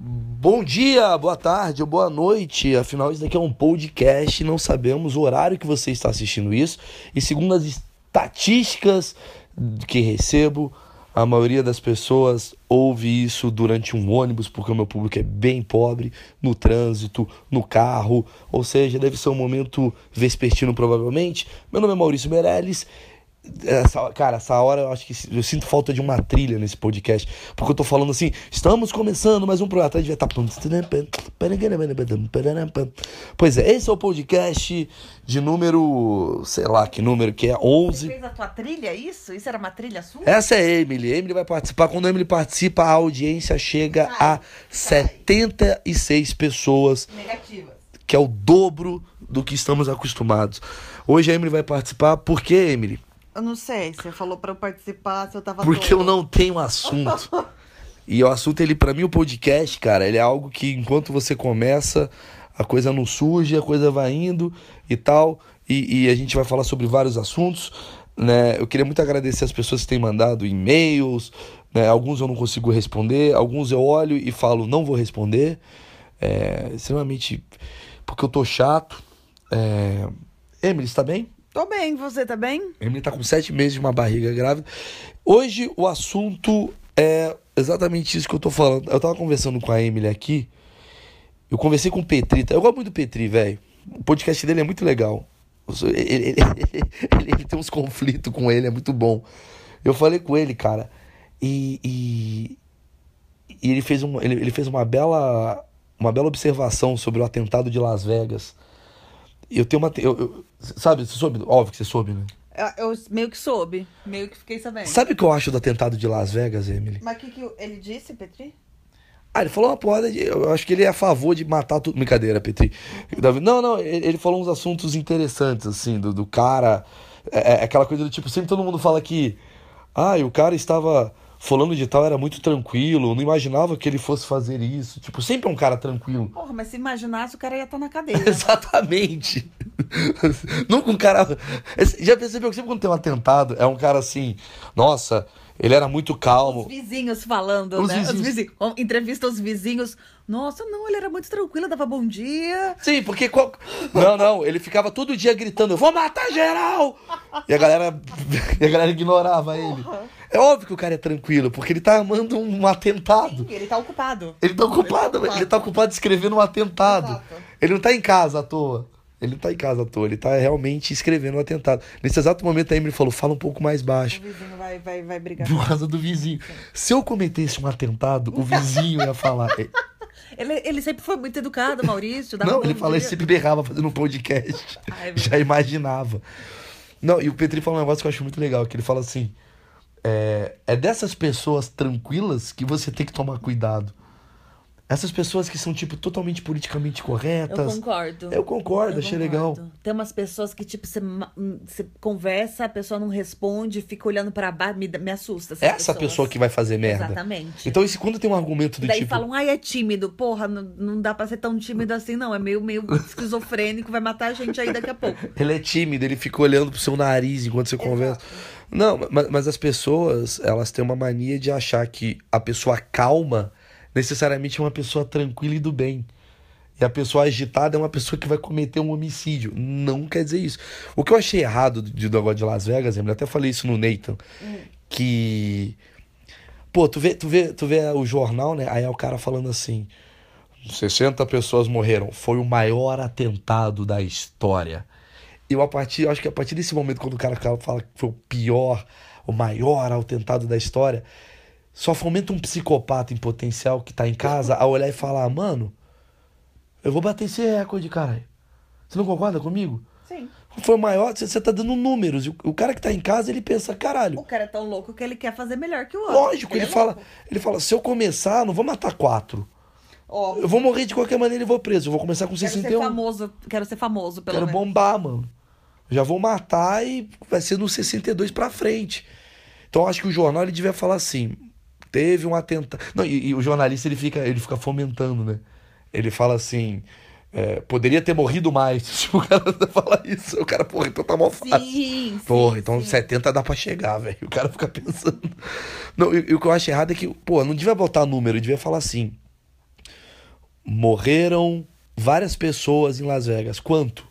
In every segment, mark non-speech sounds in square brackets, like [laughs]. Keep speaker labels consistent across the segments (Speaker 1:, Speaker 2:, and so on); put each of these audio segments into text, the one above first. Speaker 1: Bom dia, boa tarde, boa noite. Afinal, isso daqui é um podcast, não sabemos o horário que você está assistindo isso. E segundo as estatísticas que recebo, a maioria das pessoas ouve isso durante um ônibus, porque o meu público é bem pobre, no trânsito, no carro, ou seja, deve ser um momento vespertino provavelmente. Meu nome é Maurício Meirelles essa, cara, essa hora eu acho que eu sinto falta de uma trilha nesse podcast. Porque eu tô falando assim, estamos começando mais um programa. Atrás devia estar. Pois é, esse é o podcast de número. sei lá que número que é,
Speaker 2: Você
Speaker 1: 11.
Speaker 2: fez a tua trilha, é isso? Isso era uma trilha sua?
Speaker 1: Essa é a Emily. A Emily vai participar. Quando a Emily participa, a audiência chega a 76 pessoas
Speaker 2: Negativa.
Speaker 1: que é o dobro do que estamos acostumados. Hoje a Emily vai participar, por quê, Emily?
Speaker 2: Eu não sei, você falou pra eu participar, se eu tava
Speaker 1: Porque eu
Speaker 2: tola.
Speaker 1: não tenho assunto. E o assunto, ele, pra mim, o podcast, cara, ele é algo que enquanto você começa, a coisa não surge, a coisa vai indo e tal. E, e a gente vai falar sobre vários assuntos, né? Eu queria muito agradecer as pessoas que têm mandado e-mails, né? Alguns eu não consigo responder, alguns eu olho e falo, não vou responder. É, extremamente. Porque eu tô chato. É... Emily, está bem?
Speaker 2: Tô bem, você tá bem?
Speaker 1: A Emily tá com sete meses de uma barriga grávida. Hoje o assunto é exatamente isso que eu tô falando. Eu tava conversando com a Emily aqui. Eu conversei com o Petri. tá? Eu gosto muito do Petri, velho. O podcast dele é muito legal. Eu sou- [laughs] Ele, ele- ele- ele tem uns conflitos com ele, é muito bom. Eu falei com ele, cara. E, e- e ele, fez um, ele, ele fez uma bela, uma bela observação sobre o atentado de Las Vegas. Eu tenho uma. te- Eu, eu- sabe, você soube? Óbvio que você soube, né?
Speaker 2: Eu, eu meio que soube, meio que fiquei sabendo.
Speaker 1: Sabe o que eu acho do atentado de Las Vegas, Emily?
Speaker 2: Mas o que, que ele disse, Petri?
Speaker 1: Ah, ele falou uma porra de. Eu acho que ele é a favor de matar tudo. Brincadeira, Petri. Davi- Não, não, ele ele falou uns assuntos interessantes, assim, do, do cara. É, é aquela coisa do tipo, sempre todo mundo fala que. Ah, e o cara estava. Fulano de tal era muito tranquilo, não imaginava que ele fosse fazer isso. Tipo, sempre é um cara tranquilo. [laughs]
Speaker 2: Porra, mas se imaginasse, o cara ia estar na cadeia.
Speaker 1: Exatamente. [laughs] Nunca um cara. Já percebeu que sempre quando tem um atentado, é um cara assim. Nossa, ele era muito calmo.
Speaker 2: Os vizinhos falando,
Speaker 1: Os
Speaker 2: né?
Speaker 1: vizinhos.
Speaker 2: Ó, Entrevista os vizinhos. Nossa, não, ele era muito tranquilo, dava bom dia.
Speaker 1: Sim, porque. qual- Não, não, ele ficava todo dia gritando: Eu vou matar geral! E a galera, [laughs] e a galera ignorava ele. É óbvio que o cara é tranquilo, porque ele tá armando um atentado.
Speaker 2: Sim, ele tá ocupado.
Speaker 1: Ele tá ocupado,
Speaker 2: ocupado.
Speaker 1: ele tá ocupado escrevendo um atentado.
Speaker 2: Exato.
Speaker 1: Ele não tá em casa à toa. Ele não tá em casa à toa, ele tá realmente escrevendo um atentado. Nesse exato momento a Emily falou: fala um pouco mais
Speaker 2: O
Speaker 1: baixo.
Speaker 2: vizinho vai, vai, vai brigar.
Speaker 1: Por causa do vizinho. Se eu cometesse um atentado, o vizinho ia falar. "É,
Speaker 2: Ele, ele sempre foi muito educado, Maurício. dava
Speaker 1: Não,
Speaker 2: bom
Speaker 1: ele fala, ele
Speaker 2: dia.
Speaker 1: sempre berrava fazendo um podcast.
Speaker 2: [laughs] Ai,
Speaker 1: [laughs]
Speaker 2: meu
Speaker 1: Já imaginava. Não, e o Petri fala um negócio que eu acho muito legal, que ele fala assim, é, é dessas pessoas tranquilas que você tem que tomar cuidado. Essas pessoas que são, tipo, totalmente politicamente
Speaker 2: Eu
Speaker 1: corretas.
Speaker 2: concordo.
Speaker 1: Tá. Eu concordo,
Speaker 2: Eu
Speaker 1: achei legal.
Speaker 2: concordo. Tem umas pessoas que, tipo, você, ma- hum, você conversa, a pessoa não responde, fica olhando pra baixo, me, dá- me assusta. essas
Speaker 1: É Essa
Speaker 2: pessoas.
Speaker 1: pessoa que vai fazer merda.
Speaker 2: Exatamente.
Speaker 1: Então, esse, quando tem um argumento do
Speaker 2: Daí
Speaker 1: tipo...
Speaker 2: falam, ai, é tímido. Porra, não, não dá pra ser tão tímido assim, não. É meio, meio esquizofrênico, vai matar a gente aí daqui a pouco.
Speaker 1: Ele é tímido, ele fica olhando pro seu nariz enquanto você conversa. Não, mas, mas as pessoas, elas têm uma mania de achar que a pessoa calma necessariamente é uma pessoa tranquila e do bem. E a pessoa agitada é uma pessoa que vai cometer um homicídio. Não quer dizer isso. O que eu achei errado de, do negócio de Las Vegas, eu até falei isso no Nathan, que. Pô, tu vê, tu, vê, tu vê o jornal, né? Aí é o cara falando assim: 60 pessoas morreram. Foi o maior atentado da história. Eu, a partir, eu acho que a partir desse momento, quando o cara fala- fala que foi o pior, o maior atentado da história, só fomenta um psicopata em potencial que tá em casa a olhar e falar: mano, eu vou bater esse recorde, caralho. Você não concorda comigo?
Speaker 2: Sim.
Speaker 1: Foi o maior, você- você tá dando números. E o, o cara que tá em casa, ele pensa: caralho.
Speaker 2: O cara é tão louco que ele quer fazer melhor que o outro.
Speaker 1: Lógico, ele
Speaker 2: é
Speaker 1: fala,
Speaker 2: louco.
Speaker 1: ele fala, se eu começar, não vou matar quatro.
Speaker 2: Ó,
Speaker 1: Eu vou morrer de qualquer maneira e vou preso. Eu vou começar com
Speaker 2: quero ser
Speaker 1: 61.
Speaker 2: famoso, quero ser famoso, pelo
Speaker 1: Quero
Speaker 2: menos.
Speaker 1: bombar, mano. Já vou matar e vai ser no 62 pra frente. Então eu acho que o jornal ele devia falar assim: teve um atentado. Não, e, e o jornalista ele fica, ele fica fomentando, né? Ele fala assim: é, poderia ter morrido mais. [laughs] Tipo, o cara fala isso. O cara, porra, então tá mó fácil.
Speaker 2: Sim, sim.
Speaker 1: Porra, então
Speaker 2: sim.
Speaker 1: 70 dá pra chegar, [laughs] velho. O cara fica pensando. Não, e, e o que eu acho errado é que, pô, não devia botar número, devia falar assim. Morreram várias pessoas em Las Vegas. Quanto?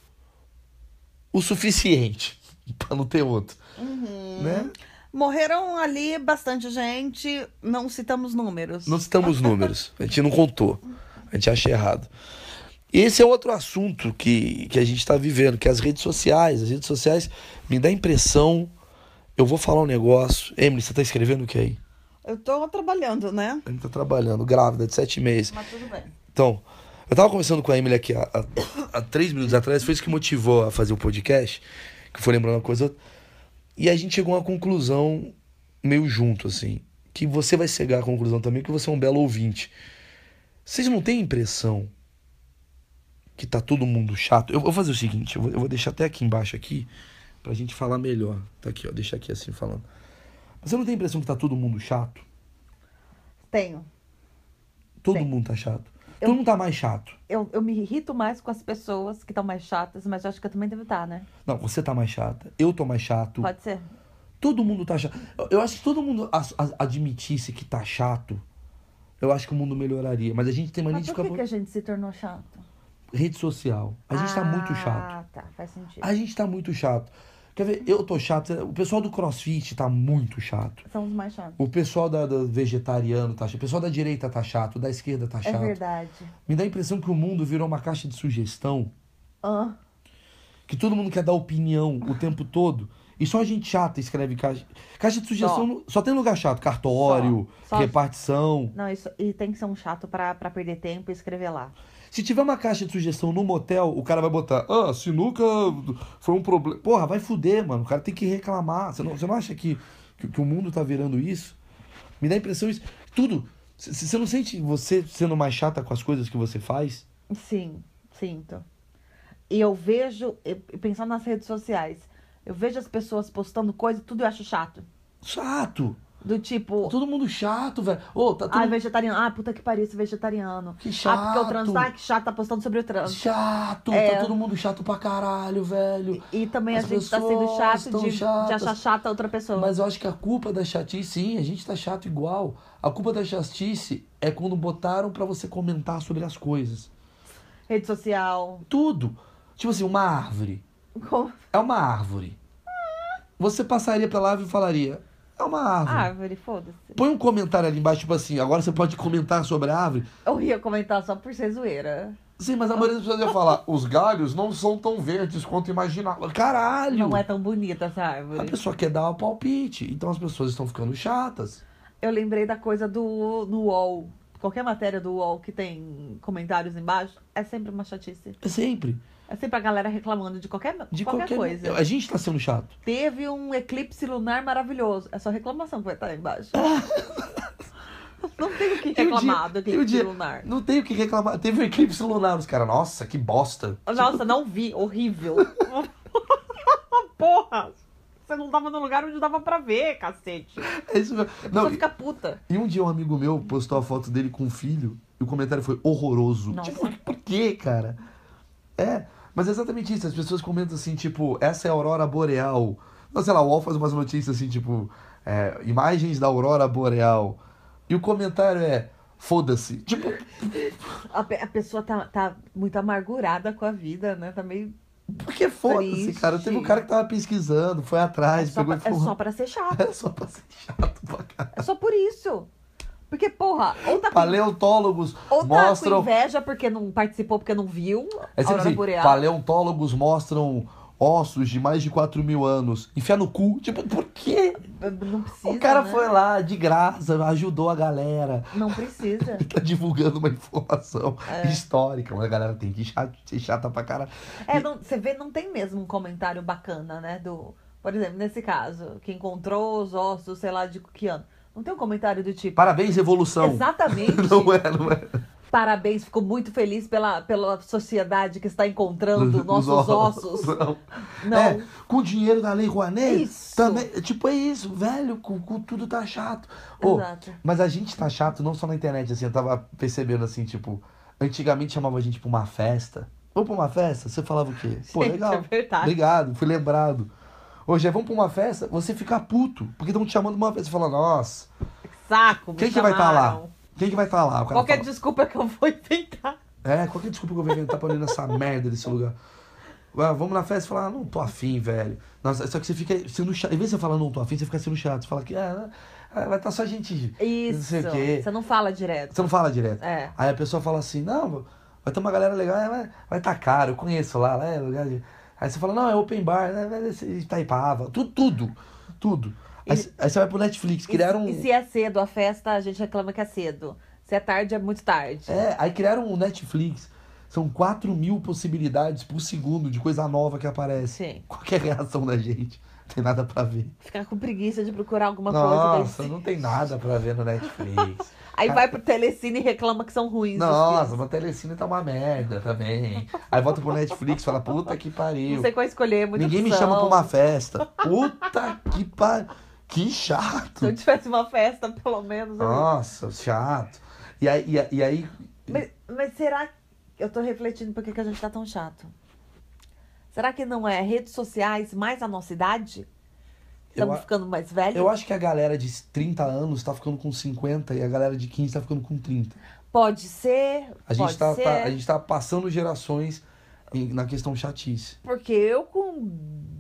Speaker 1: O suficiente [laughs] para não ter outro.
Speaker 2: Uhum.
Speaker 1: Né?
Speaker 2: Morreram ali bastante gente, não citamos números.
Speaker 1: Não citamos
Speaker 2: [laughs]
Speaker 1: números. A gente não contou. A gente acha errado. Esse é outro assunto que, que a gente está vivendo, que é as redes sociais. As redes sociais me dá a impressão. Eu vou falar um negócio. Emily, você tá escrevendo o que aí?
Speaker 2: Eu tô trabalhando, né?
Speaker 1: A gente tá trabalhando, grávida, de sete meses.
Speaker 2: Mas tudo bem.
Speaker 1: Então, eu tava conversando com a Emily aqui há, há- há três minutos atrás, foi isso que motivou a fazer o podcast, que foi lembrando uma coisa. ou outra. E a gente chegou a uma conclusão meio junto, assim. Que você vai chegar à conclusão também que você é um belo ouvinte. Vocês não têm a impressão que tá todo mundo chato? Eu vou fazer o seguinte, eu vou, eu vou deixar até aqui embaixo aqui, pra gente falar melhor. Tá aqui, ó, deixa aqui assim falando. Você não tem a impressão que tá todo mundo chato?
Speaker 2: Tenho.
Speaker 1: Todo
Speaker 2: Tem.
Speaker 1: mundo tá chato.
Speaker 2: Eu-
Speaker 1: Todo mundo tá mais chato.
Speaker 2: Eu, eu me irrito mais com as pessoas que estão mais chatas, mas eu acho que eu também devo estar, né?
Speaker 1: Não, você tá mais chata. Eu tô mais chato.
Speaker 2: Pode ser?
Speaker 1: Todo mundo tá chato. Eu- Eu acho que se todo mundo as- as- admitisse que tá chato, eu acho que o mundo melhoraria. Mas a gente tem mania
Speaker 2: Mas
Speaker 1: de
Speaker 2: por
Speaker 1: ficar.
Speaker 2: que, que a gente se tornou chato?
Speaker 1: Rede social. A gente tá muito chato.
Speaker 2: Ah, tá. Faz sentido.
Speaker 1: A gente tá muito chato. Quer ver? Eu tô chato. O pessoal do crossfit tá muito chato.
Speaker 2: São os mais chatos.
Speaker 1: O pessoal da, da vegetariano tá chato. O pessoal da direita tá chato. O da esquerda tá
Speaker 2: É
Speaker 1: chato.
Speaker 2: verdade.
Speaker 1: Me dá a impressão que o mundo virou uma caixa de sugestão.
Speaker 2: Ah,
Speaker 1: Que todo mundo quer dar opinião o tempo todo. E só gente chata escreve caixa. Caixa de sugestão.
Speaker 2: Só.
Speaker 1: no- Só, tem lugar chato. Cartório,
Speaker 2: Só. Só.
Speaker 1: repartição.
Speaker 2: não, isso. E tem que ser um chato pra, pra perder tempo e escrever lá.
Speaker 1: Se tiver uma caixa de sugestão no motel, o cara vai botar. Ah, sinuca foi um problema. Porra, vai fuder, mano. O cara tem que reclamar. Você não, você não acha que, que, que o mundo tá virando isso? Me dá a impressão isso. Tudo. C- c- Você não sente você sendo mais chata com as coisas que você faz?
Speaker 2: Sim, sinto. E eu vejo, e- e pensando nas redes sociais, eu vejo as pessoas postando coisa e tudo eu acho chato.
Speaker 1: Chato.
Speaker 2: Do tipo,
Speaker 1: Todo mundo chato, velho. Ô, tá todo
Speaker 2: ah,
Speaker 1: mundo
Speaker 2: vegetariano. Ah, puta que pariu, esse vegetariano.
Speaker 1: Que
Speaker 2: Ah, porque eu
Speaker 1: chato.
Speaker 2: transar, que chato, tá postando sobre o trans.
Speaker 1: chato.
Speaker 2: É.
Speaker 1: Tá todo mundo chato pra caralho, velho.
Speaker 2: E também
Speaker 1: As
Speaker 2: a gente tá sendo
Speaker 1: pessoas
Speaker 2: chato
Speaker 1: estão
Speaker 2: de, de
Speaker 1: chatas.
Speaker 2: achar chata outra pessoa.
Speaker 1: Mas eu acho que a culpa da chatice, sim, a gente tá chato igual. A culpa da chatice é quando botaram pra você comentar sobre as coisas.
Speaker 2: Rede social.
Speaker 1: Tudo. Tipo assim, uma árvore.
Speaker 2: Como...
Speaker 1: É uma árvore. Você passaria pela árvore e falaria: É uma árvore.
Speaker 2: Árvore, foda-se.
Speaker 1: Põe um comentário ali embaixo, tipo assim, agora você pode comentar sobre a árvore.
Speaker 2: Eu ia comentar só por ser zoeira.
Speaker 1: Sim, mas a maioria das pessoas ia falar, os galhos não são tão verdes quanto imaginava. Caralho!
Speaker 2: Não é tão bonita essa
Speaker 1: A
Speaker 2: árvore.
Speaker 1: pessoa quer dar o palpite, então as pessoas estão ficando chatas.
Speaker 2: Eu lembrei da coisa do no UOL. Qualquer matéria do UOL que tem comentários embaixo, é sempre uma chatice.
Speaker 1: É sempre.
Speaker 2: É sempre a galera reclamando de qualquer,
Speaker 1: De
Speaker 2: qualquer,
Speaker 1: qualquer,
Speaker 2: coisa.
Speaker 1: A gente tá sendo chato.
Speaker 2: Teve um eclipse lunar maravilhoso. É só reclamação que vai estar
Speaker 1: [laughs]
Speaker 2: aí embaixo. Não tem o que
Speaker 1: E o dia-
Speaker 2: reclamar do
Speaker 1: e o
Speaker 2: eclipse
Speaker 1: dia-
Speaker 2: lunar.
Speaker 1: Não tem o que reclamar. Teve um eclipse lunar, os caras. Nossa, que bosta.
Speaker 2: Nossa, não vi. Horrível. [laughs] Porra! Você não tava no lugar onde dava pra ver, cacete.
Speaker 1: [laughs] É isso mesmo.
Speaker 2: Só
Speaker 1: Não,
Speaker 2: fica puta.
Speaker 1: e, e um dia um amigo meu postou a foto dele com o filho e o comentário foi horroroso.
Speaker 2: Nossa.
Speaker 1: Tipo, [laughs] por quê, cara? É, mas é exatamente isso. As pessoas comentam assim, tipo, essa é a aurora boreal. Não, sei lá, o UOL faz umas notícias assim, tipo, é, imagens da aurora boreal. E o comentário é, foda-se. Tipo,
Speaker 2: A, pe- a pessoa tá, tá muito amargurada com a vida, né? Tá meio.
Speaker 1: por que foda-se,
Speaker 2: Triste.
Speaker 1: cara? Teve um cara que tava pesquisando, foi atrás,
Speaker 2: é, só
Speaker 1: pegou
Speaker 2: pra,
Speaker 1: e
Speaker 2: é
Speaker 1: falou.
Speaker 2: só pra ser chato.
Speaker 1: É [laughs] só pra ser chato pra caralho.
Speaker 2: É só por isso. Porque, porra, ou tá, com,
Speaker 1: Paleontólogos
Speaker 2: ou tá com
Speaker 1: mostram.
Speaker 2: inveja porque não participou, porque não viu.
Speaker 1: É sempre
Speaker 2: a Aurora
Speaker 1: assim,
Speaker 2: Boreal.
Speaker 1: paleontólogos mostram ossos de mais de 4 mil anos. Enfiar no cu. Tipo, por quê?
Speaker 2: Não precisa.
Speaker 1: o cara
Speaker 2: né?
Speaker 1: foi lá de graça, ajudou a galera. [laughs]
Speaker 2: Não precisa.
Speaker 1: Tá divulgando uma informação
Speaker 2: É.
Speaker 1: histórica. Mas a galera tem que cha- ser chata pra caralho.
Speaker 2: É, não- você vê, não tem mesmo um comentário bacana, né? Do, por exemplo, nesse caso, que encontrou os ossos, sei lá, de que ano. Não tem um comentário do tipo.
Speaker 1: Parabéns, evolução.
Speaker 2: Exatamente.
Speaker 1: [laughs] Não é, não é.
Speaker 2: Parabéns, fico muito feliz pela, pela sociedade que está encontrando
Speaker 1: [laughs] Os
Speaker 2: nossos ossos.
Speaker 1: Não.
Speaker 2: Não.
Speaker 1: É, com o dinheiro da Lei Rouanet,
Speaker 2: Isso.
Speaker 1: também. Tipo, é isso, velho. Com, com tudo tá chato. Ô,
Speaker 2: Exato.
Speaker 1: Mas a gente tá chato não só na internet, assim, eu tava percebendo assim, tipo, antigamente chamava a gente pra uma festa. Vamos pra uma festa? Você falava o
Speaker 2: [laughs]
Speaker 1: quê? Pô,
Speaker 2: Gente,
Speaker 1: legal.
Speaker 2: é verdade.
Speaker 1: Obrigado, fui lembrado. Hoje é vamos pra uma festa, você fica puto, porque estão te chamando pra uma festa. Você fala, nossa,
Speaker 2: Saco, me
Speaker 1: quem que vai estar
Speaker 2: chamaram.
Speaker 1: lá? Quem que vai estar lá? O cara
Speaker 2: Qualquer
Speaker 1: fala,
Speaker 2: desculpa que eu vou inventar.
Speaker 1: É, qualquer desculpa que eu vou inventar pra não ir nessa [laughs] merda desse lugar. Ah, vamos na festa e falar, ah, não tô afim, velho. Nossa, só que você fica sendo chato. Em vez de você falar, não tô afim, você fica sendo chato. Você fala que, ah, ah, vai estar só gente.
Speaker 2: Isso.
Speaker 1: Não sei o quê.
Speaker 2: Você não fala direto.
Speaker 1: Você não fala direto.
Speaker 2: É.
Speaker 1: Aí a pessoa fala assim, não, vai ter uma galera legal, é, vai- vai tá caro, eu conheço lá, lá é lugar de... Aí você fala, não, é open bar, né, vai descer em Itaipava, tudo, tudo, tudo. Aí,
Speaker 2: E-
Speaker 1: c- aí você vai pro Netflix, criaram
Speaker 2: E,
Speaker 1: um...
Speaker 2: se- e se é cedo a festa, a gente reclama que é cedo. Se é tarde, é muito tarde.
Speaker 1: É, aí criaram um Netflix. São 4 mil possibilidades por segundo de coisa nova que aparece.
Speaker 2: Sim.
Speaker 1: Qual que é a reação da gente? Não tem nada pra ver.
Speaker 2: Ficar com preguiça de procurar alguma coisa.
Speaker 1: Nossa,
Speaker 2: daí-
Speaker 1: não tem nada pra ver no
Speaker 2: [laughs]
Speaker 1: Netflix.
Speaker 2: Aí vai pro Telecine e reclama que são ruins. os
Speaker 1: Nossa,
Speaker 2: filmes.
Speaker 1: mas o Telecine tá uma merda também. Aí volta pro Netflix e fala, puta que pariu.
Speaker 2: Não sei qual escolher, é muita
Speaker 1: Ninguém me
Speaker 2: opção.
Speaker 1: chama pra uma festa. Puta que pariu. Que chato.
Speaker 2: Se eu tivesse uma festa, pelo menos. eu-
Speaker 1: Nossa, chato. E aí, e aí- e aí-
Speaker 2: Mas, mas será que. Eu tô refletindo por que que a gente tá tão chato. Será que não é redes sociais mais a nossa idade?
Speaker 1: eu,
Speaker 2: Estamos
Speaker 1: a-
Speaker 2: ficando mais velhos?
Speaker 1: eu acho que a galera de 30 anos tá ficando com 50 e a galera de 15 tá ficando com 30.
Speaker 2: Pode ser.
Speaker 1: A
Speaker 2: pode
Speaker 1: gente, tá,
Speaker 2: ser.
Speaker 1: tá- a gente tá passando gerações em- na questão chatice.
Speaker 2: Porque eu com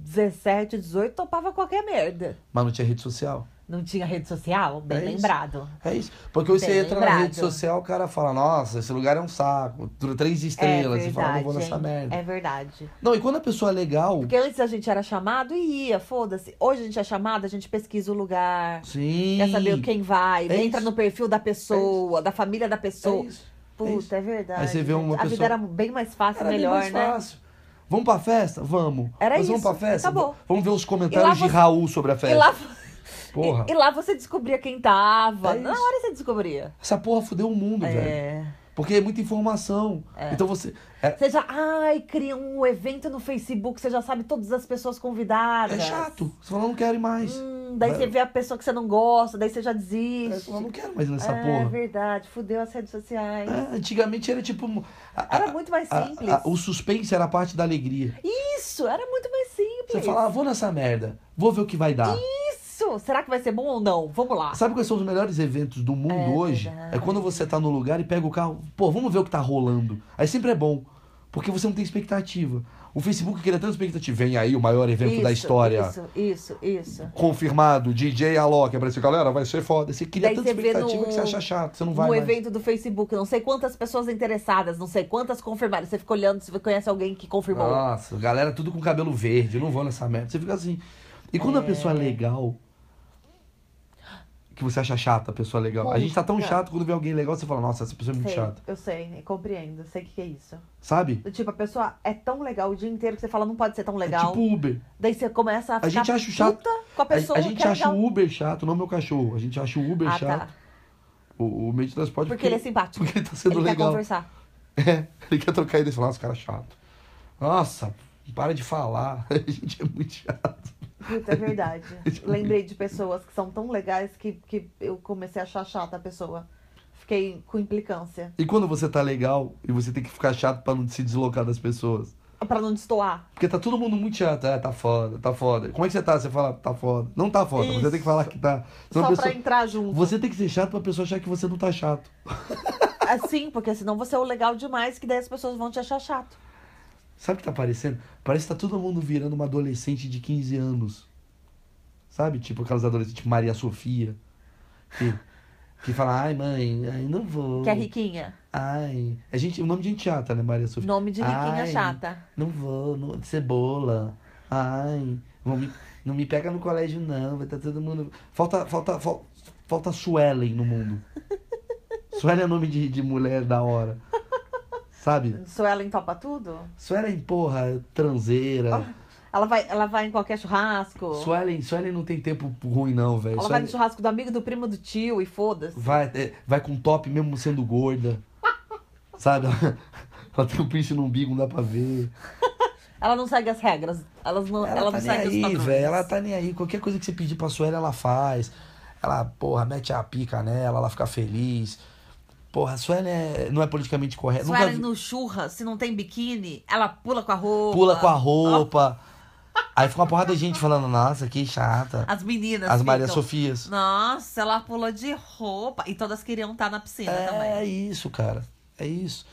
Speaker 2: 17, 18 topava qualquer merda.
Speaker 1: Mas não tinha rede social.
Speaker 2: Não tinha rede social? Bem
Speaker 1: É isso.
Speaker 2: lembrado.
Speaker 1: É isso. Porque você
Speaker 2: Bem
Speaker 1: entra na
Speaker 2: lembrado.
Speaker 1: rede social, o cara fala, nossa, esse lugar é um saco. Tr- Três estrelas.
Speaker 2: é
Speaker 1: você
Speaker 2: verdade,
Speaker 1: fala, não vou nessa
Speaker 2: hein?
Speaker 1: merda.
Speaker 2: É verdade.
Speaker 1: Não, e quando a pessoa é legal.
Speaker 2: Porque antes a gente era chamado e ia, foda-se. Hoje a gente é chamado, a gente pesquisa o lugar.
Speaker 1: Sim.
Speaker 2: Quer saber quem vai,
Speaker 1: É
Speaker 2: entra
Speaker 1: isso.
Speaker 2: no perfil da pessoa, da família da
Speaker 1: é
Speaker 2: pessoa.
Speaker 1: isso. isso.
Speaker 2: Puta, é verdade.
Speaker 1: Aí você vê
Speaker 2: gente.
Speaker 1: uma
Speaker 2: A vida
Speaker 1: pessoa-
Speaker 2: era bem mais fácil,
Speaker 1: Era bem
Speaker 2: melhor,
Speaker 1: mais
Speaker 2: né?
Speaker 1: fácil. Vamos pra festa? Vamos.
Speaker 2: Era
Speaker 1: Mas Vamos
Speaker 2: isso.
Speaker 1: pra festa?
Speaker 2: Acabou.
Speaker 1: Vamos ver os comentários
Speaker 2: E lá
Speaker 1: de
Speaker 2: você-
Speaker 1: Raul sobre a
Speaker 2: E
Speaker 1: festa.
Speaker 2: lá,
Speaker 1: É. Porra.
Speaker 2: e lá você descobria quem tava.
Speaker 1: É
Speaker 2: Na
Speaker 1: isso.
Speaker 2: hora você descobria.
Speaker 1: Essa porra fudeu o mundo, velho.
Speaker 2: É.
Speaker 1: Porque é muita informação. Então você. É,
Speaker 2: Você já, ai, cria um evento no Facebook, você já sabe todas as pessoas
Speaker 1: é
Speaker 2: convidadas.
Speaker 1: chato. Você fala, não quero ir mais.
Speaker 2: Hum, daí você vê a pessoa que você não gosta, daí você já
Speaker 1: É, Você
Speaker 2: desiste.
Speaker 1: fala, não quero mais ir nessa
Speaker 2: é
Speaker 1: porra.
Speaker 2: verdade, fudeu as redes sociais.
Speaker 1: É, antigamente era tipo. a- a-
Speaker 2: Era muito mais
Speaker 1: a-
Speaker 2: simples.
Speaker 1: a- o suspense era a parte da alegria.
Speaker 2: Isso, era muito mais simples.
Speaker 1: Você falava, "Ah, vou nessa merda, vou ver o que vai dar.
Speaker 2: Isso, será que vai ser bom ou não? Vamos lá.
Speaker 1: Sabe quais são os melhores eventos do mundo
Speaker 2: É
Speaker 1: hoje?
Speaker 2: verdade.
Speaker 1: É quando você tá no lugar e pega o carro, pô, vamos ver o que tá rolando. Aí sempre é bom, porque você não tem expectativa. O Facebook cria tanta expectativa. Vem aí o maior evento
Speaker 2: isso,
Speaker 1: da história.
Speaker 2: Isso, isso, isso.
Speaker 1: Confirmado, DJ Alok. é Apareceu, galera, vai ser foda. Você cria
Speaker 2: Daí
Speaker 1: tanta
Speaker 2: você vê
Speaker 1: expectativa
Speaker 2: no-
Speaker 1: que você acha chato, você não vai
Speaker 2: No
Speaker 1: mais.
Speaker 2: Um evento do Facebook, não sei quantas pessoas interessadas, não sei quantas confirmaram. Você fica olhando se você conhece alguém que confirmou.
Speaker 1: Nossa, galera tudo com cabelo verde, eu não vou nessa merda. Você fica assim. E quando a pessoa é legal, que você acha chata a pessoa legal. A gente tá tão
Speaker 2: Puta.
Speaker 1: chato quando vê alguém legal, você fala, nossa, essa pessoa é muito
Speaker 2: sei,
Speaker 1: chata.
Speaker 2: eu sei, né? compreendo, sei o que que é isso.
Speaker 1: Sabe?
Speaker 2: Do Tipo, a pessoa é tão legal o dia inteiro que você fala, não pode ser tão
Speaker 1: É
Speaker 2: legal.
Speaker 1: tipo Uber.
Speaker 2: Daí você começa a
Speaker 1: A
Speaker 2: ficar
Speaker 1: gente acha chato-
Speaker 2: puta com a
Speaker 1: A,
Speaker 2: pessoa
Speaker 1: a gente
Speaker 2: que é
Speaker 1: acha
Speaker 2: legal.
Speaker 1: o Uber chato, não meu cachorro. A gente acha o Uber
Speaker 2: Ah,
Speaker 1: chato,
Speaker 2: tá.
Speaker 1: o, o meio de transporte.
Speaker 2: Porque ele é
Speaker 1: [laughs]
Speaker 2: simpático.
Speaker 1: Porque ele tá sendo
Speaker 2: ele quer
Speaker 1: legal.
Speaker 2: conversar.
Speaker 1: É, ele quer trocar ideia e falar, nossa, cara é chato. Nossa, para de falar. [laughs] A gente é muito chato.
Speaker 2: Puta, é
Speaker 1: [laughs]
Speaker 2: verdade. Lembrei de pessoas que são tão legais que, que eu comecei a achar chata a pessoa. Fiquei com implicância.
Speaker 1: E quando você tá legal e você tem que ficar chato pra não se deslocar das pessoas?
Speaker 2: Pra não destoar.
Speaker 1: Porque tá todo mundo muito chato. É, tá foda, tá foda. Como é que você tá? Você fala, tá foda. Não tá foda, você
Speaker 2: Isso.
Speaker 1: tem que falar que tá. Senão a
Speaker 2: Só
Speaker 1: pessoa-
Speaker 2: pra entrar junto.
Speaker 1: Você tem que ser chato pra pessoa achar que você não tá chato.
Speaker 2: Assim, porque senão você é o legal demais, que daí as pessoas vão te achar chato.
Speaker 1: Sabe o que tá parecendo? Parece que tá todo mundo virando uma adolescente de 15 anos. Sabe? Tipo aquelas adolescentes, tipo Maria Sofia. Que, que fala, ai mãe, ai, não vou.
Speaker 2: Que é riquinha.
Speaker 1: Ai. É gente, o nome de gente chata, né, Maria Sofia?
Speaker 2: Nome de riquinha
Speaker 1: Ai.
Speaker 2: chata.
Speaker 1: Não vou, não, cebola. Ai. Vão me, não me pega no colégio, não. Vai estar todo mundo. Falta, falta, falta, falta Suelen no mundo. Suelen é nome de, de mulher da hora. Sabe?
Speaker 2: Sou ela entopa tudo?
Speaker 1: Suelen, porra, transeira.
Speaker 2: Ela vai, ela vai em qualquer churrasco.
Speaker 1: Suelen, Suelen não tem tempo ruim, não, velho.
Speaker 2: Ela vai
Speaker 1: Suelen
Speaker 2: no churrasco do amigo, do primo, do tio e foda-se.
Speaker 1: vai, é, vai com top mesmo sendo gorda. Sabe? [laughs] Ela, ela tem um pinche no umbigo, não dá pra ver.
Speaker 2: Ela não segue as regras. Elas não, ela
Speaker 1: Ela, tá
Speaker 2: não
Speaker 1: nem
Speaker 2: segue os
Speaker 1: aí,
Speaker 2: padrões.
Speaker 1: velho. Ela tá nem aí. Qualquer coisa que você pedir pra Suelen, ela faz. Ela, porra, mete a pica nela, ela fica feliz. Porra, a Suelen é- não é politicamente correta.
Speaker 2: Se
Speaker 1: Nunca
Speaker 2: ela
Speaker 1: vi-
Speaker 2: no churras, se não tem biquíni, ela pula com a roupa.
Speaker 1: pula com a roupa. Aí fica uma porrada de gente falando, nossa, que chata.
Speaker 2: As meninas.
Speaker 1: As Maria
Speaker 2: ficam,
Speaker 1: Sofias.
Speaker 2: Nossa, ela pula de roupa. E todas queriam estar na tá piscina
Speaker 1: É
Speaker 2: também.
Speaker 1: isso, cara. É isso.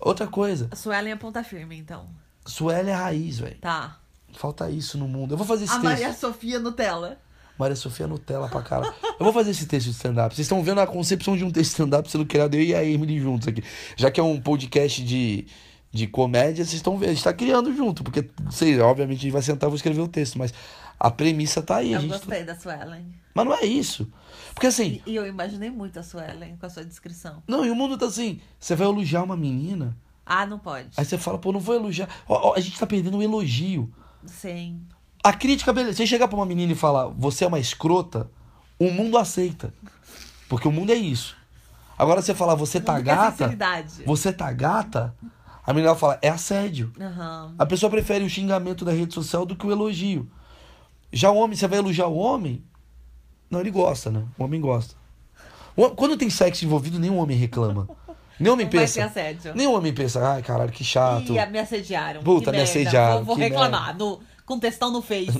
Speaker 1: Outra coisa,
Speaker 2: Suelen é ponta firme, então.
Speaker 1: Sueli é raiz, velho.
Speaker 2: Tá.
Speaker 1: Falta isso no mundo. Eu vou fazer esse
Speaker 2: A
Speaker 1: texto.
Speaker 2: Maria Sofia Nutella.
Speaker 1: Maria Sofia é Nutella pra cara. Eu vou fazer esse texto de stand-up. Vocês estão vendo a concepção de um texto de stand-up sendo criado eu e a Emily juntos aqui. Já que é um podcast de, de comédia, vocês estão vendo. A gente tá criando junto, porque, não sei, obviamente a gente vai sentar e vou escrever o texto, mas a premissa tá aí. a
Speaker 2: Eu
Speaker 1: gente tá-
Speaker 2: gostei da Suelen.
Speaker 1: Mas não é isso. Porque assim,
Speaker 2: E, e eu imaginei muito a Suelen com a sua descrição.
Speaker 1: não, e o mundo tá assim. Você vai elogiar uma menina,
Speaker 2: Ah, não pode.
Speaker 1: aí você fala, pô, não vou elogiar. Ó, ó, a gente tá perdendo um elogio.
Speaker 2: Sim.
Speaker 1: A crítica, beleza. Você chegar pra uma menina e falar, você é uma escrota, o mundo aceita. Porque o mundo é isso. Agora você falar, você tá
Speaker 2: Porque é
Speaker 1: gata,
Speaker 2: Sinceridade.
Speaker 1: você tá gata, a menina vai falar, é assédio.
Speaker 2: Aham.
Speaker 1: A pessoa prefere o xingamento da rede social do que o elogio. Já o homem, você vai elogiar o homem? Não, ele gosta, né? O homem gosta. O hom- Quando tem sexo envolvido, nenhum homem reclama. Nenhum homem
Speaker 2: Não vai ser
Speaker 1: pensa.
Speaker 2: assédio.
Speaker 1: Nenhum homem pensa, ai caralho, que chato.
Speaker 2: Ih, me assediaram.
Speaker 1: Puta,
Speaker 2: que
Speaker 1: me
Speaker 2: merda.
Speaker 1: assediaram,
Speaker 2: Vou, vou
Speaker 1: que
Speaker 2: reclamar. No, com textão
Speaker 1: [laughs]
Speaker 2: no Face.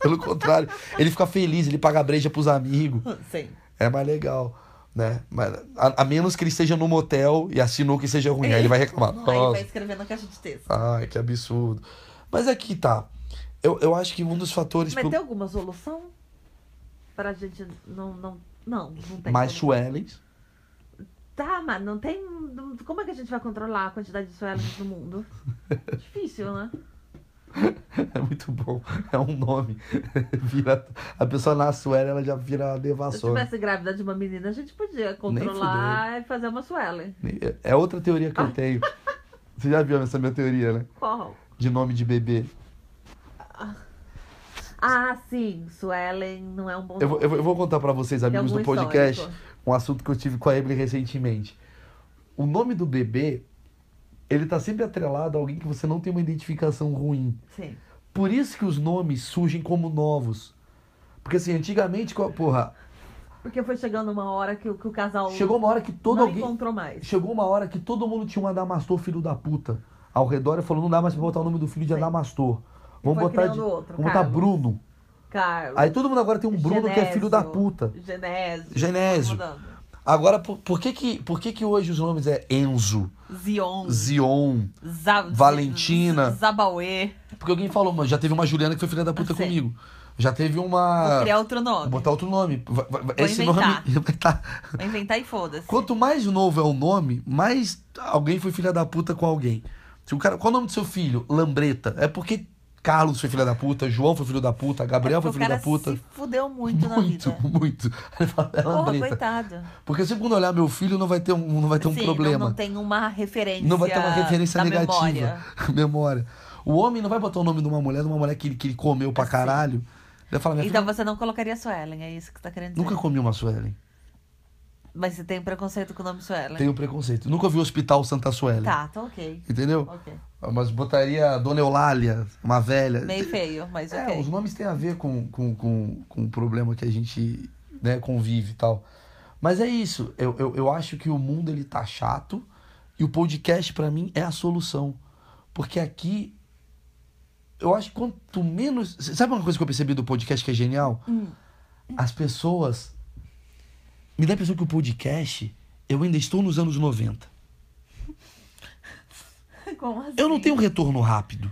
Speaker 1: Pelo contrário, ele fica feliz, ele paga breja pros amigos.
Speaker 2: Sim.
Speaker 1: É mais legal, né? Mas, a, a menos que ele esteja no motel e assinou que seja ruim. Aí ele vai reclamar.
Speaker 2: Aí vai
Speaker 1: Nossa,
Speaker 2: escrever na caixa de texto.
Speaker 1: ai, que absurdo. Mas aqui tá. Eu, eu acho que um dos fatores.
Speaker 2: Mas
Speaker 1: pro-
Speaker 2: tem alguma solução? Pra gente não. Não, não, não tem.
Speaker 1: Mais
Speaker 2: solução.
Speaker 1: Suelens. [laughs]
Speaker 2: Tá, mas não tem. não- Como é que a gente vai controlar a quantidade de suelens
Speaker 1: [laughs]
Speaker 2: no mundo? Difícil, né?
Speaker 1: É muito bom. É um nome. [laughs] Vira- a pessoa nasce Suelen, ela já vira
Speaker 2: Se eu
Speaker 1: devassona.
Speaker 2: tivesse grávida de uma menina, a gente podia controlar e fazer uma suelen.
Speaker 1: É outra teoria
Speaker 2: Ah.
Speaker 1: que eu tenho. Você já viu essa minha teoria, né?
Speaker 2: Qual?
Speaker 1: De nome de bebê.
Speaker 2: Ah, sim, suelen não é um bom
Speaker 1: Eu vou, eu vou- eu vou contar pra vocês,
Speaker 2: Tem
Speaker 1: amigos do
Speaker 2: algum
Speaker 1: podcast,
Speaker 2: histórico?
Speaker 1: um assunto que eu tive com a Emily recentemente. O nome do bebê, ele tá sempre atrelado a alguém que você não tem uma identificação ruim.
Speaker 2: Sim.
Speaker 1: Por isso que os nomes surgem como novos. Porque assim, antigamente, qual- porra,
Speaker 2: Porque foi chegando uma hora que, o- que o casal
Speaker 1: chegou uma hora que todo
Speaker 2: não
Speaker 1: alguém.
Speaker 2: encontrou mais.
Speaker 1: Chegou uma hora que todo mundo tinha um Adamastor, filho da puta. Ao redor e falou: não dá mais pra botar o nome do filho de
Speaker 2: Sim.
Speaker 1: Adamastor. Vamos
Speaker 2: foi
Speaker 1: botar,
Speaker 2: criando
Speaker 1: de-
Speaker 2: outro,
Speaker 1: vamos botar
Speaker 2: Carlos.
Speaker 1: Bruno.
Speaker 2: Carlos.
Speaker 1: Aí todo mundo agora tem um Bruno que é filho da
Speaker 2: Genésio,
Speaker 1: puta.
Speaker 2: Genésio.
Speaker 1: Genésio.
Speaker 2: tá mudando.
Speaker 1: Agora, por, por que que, por que que hoje os nomes é Enzo,
Speaker 2: Zion.
Speaker 1: Zion?
Speaker 2: Za-
Speaker 1: Valentina.
Speaker 2: Z- Zabauê.
Speaker 1: Porque alguém falou, mano, já teve uma Juliana que foi filha da puta
Speaker 2: Sim.
Speaker 1: comigo. Já teve
Speaker 2: Vou
Speaker 1: uma...
Speaker 2: criar outro nome.
Speaker 1: Botar outro nome. Vai- vai- vai-
Speaker 2: Vou
Speaker 1: Esse
Speaker 2: inventar.
Speaker 1: nome... [laughs] vai tá-
Speaker 2: Vou inventar e foda-se.
Speaker 1: Quanto mais novo é o nome, mais alguém foi filha da puta com alguém. Se o cara... Qual é o nome do seu filho? Lambreta. É porque Carlos foi filha da puta, João foi filho da puta, Gabriel foi
Speaker 2: É Porque
Speaker 1: filho
Speaker 2: o
Speaker 1: da
Speaker 2: cara
Speaker 1: puta.
Speaker 2: se fudeu muito, na
Speaker 1: Muito,
Speaker 2: vida.
Speaker 1: [laughs] muito. Ele fala, é
Speaker 2: Porra,
Speaker 1: Lambreta.
Speaker 2: coitado.
Speaker 1: Porque sempre quando eu olhar meu filho, não vai ter um, não vai ter um
Speaker 2: Sim,
Speaker 1: problema.
Speaker 2: Não, não tem uma referência.
Speaker 1: Não vai ter uma referência
Speaker 2: é da
Speaker 1: negativa.
Speaker 2: Memória.
Speaker 1: [laughs] Memória. O homem não vai botar o nome de uma mulher, de uma mulher que ele, que ele comeu pra caralho. Ele vai falar, minha
Speaker 2: Então
Speaker 1: filha,
Speaker 2: você não colocaria Suelen, é isso que você tá querendo dizer.
Speaker 1: nunca comi uma Suelen.
Speaker 2: Mas você tem preconceito com o nome Suelen.
Speaker 1: Tenho preconceito. Nunca vi o Hospital Santa Suelen.
Speaker 2: Tá, tá ok.
Speaker 1: Entendeu?
Speaker 2: Ok.
Speaker 1: Mas botaria Dona Eulália, uma velha.
Speaker 2: Meio feio, mas
Speaker 1: É,
Speaker 2: ok.
Speaker 1: os nomes têm a ver com, com, com, com o problema que a gente né, convive e tal. Mas é isso. Eu, eu, eu acho que o mundo ele tá chato e o podcast, pra mim, é a solução. Porque aqui. Eu acho que quanto menos. Sabe uma coisa que eu percebi do podcast que é genial?
Speaker 2: Hum.
Speaker 1: As pessoas. Me dá a impressão que o podcast. Eu ainda estou nos anos 90.
Speaker 2: [laughs] Como assim?
Speaker 1: Eu não tenho retorno rápido.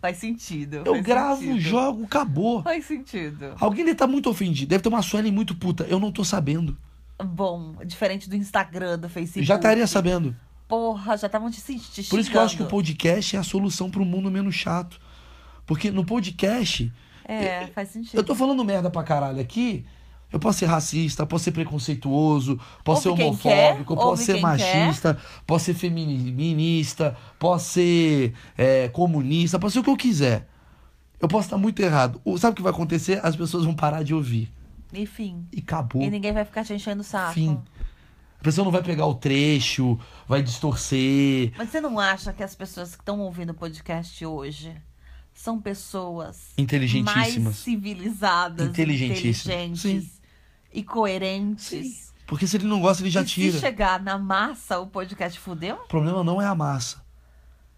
Speaker 2: Faz sentido.
Speaker 1: Eu
Speaker 2: faz
Speaker 1: gravo,
Speaker 2: sentido.
Speaker 1: jogo, acabou.
Speaker 2: Faz sentido.
Speaker 1: Alguém deve estar muito ofendido. Deve ter uma Suelen muito puta. Eu não tô sabendo.
Speaker 2: Bom, diferente do Instagram, do Facebook.
Speaker 1: Já estaria sabendo.
Speaker 2: Porra, já estavam te sentindo.
Speaker 1: Por isso que eu acho que o podcast é a solução pro mundo menos chato. Porque no podcast,
Speaker 2: É, faz sentido.
Speaker 1: eu tô falando merda pra caralho aqui. Eu posso ser racista, posso ser preconceituoso, posso ser
Speaker 2: Ouve quem
Speaker 1: homofóbico,
Speaker 2: quer,
Speaker 1: posso
Speaker 2: ouve
Speaker 1: ser
Speaker 2: quem
Speaker 1: machista, posso ser feminista, posso ser é, comunista, posso ser o que eu quiser. Eu posso estar muito errado. O- Sabe o que vai acontecer? As pessoas vão parar de ouvir.
Speaker 2: Enfim.
Speaker 1: E acabou.
Speaker 2: E ninguém vai ficar te enchendo o saco.
Speaker 1: Fim. A pessoa não vai pegar o trecho, vai distorcer.
Speaker 2: Mas você não acha que as pessoas que estão ouvindo o podcast hoje são pessoas mais
Speaker 1: Inteligentíssimas.
Speaker 2: civilizadas,
Speaker 1: Inteligentíssimas.
Speaker 2: inteligentes
Speaker 1: Sim.
Speaker 2: e coerentes?
Speaker 1: Porque se ele não gosta, ele já
Speaker 2: E
Speaker 1: tira.
Speaker 2: se chegar na massa, o podcast fudeu?
Speaker 1: O problema não é a massa.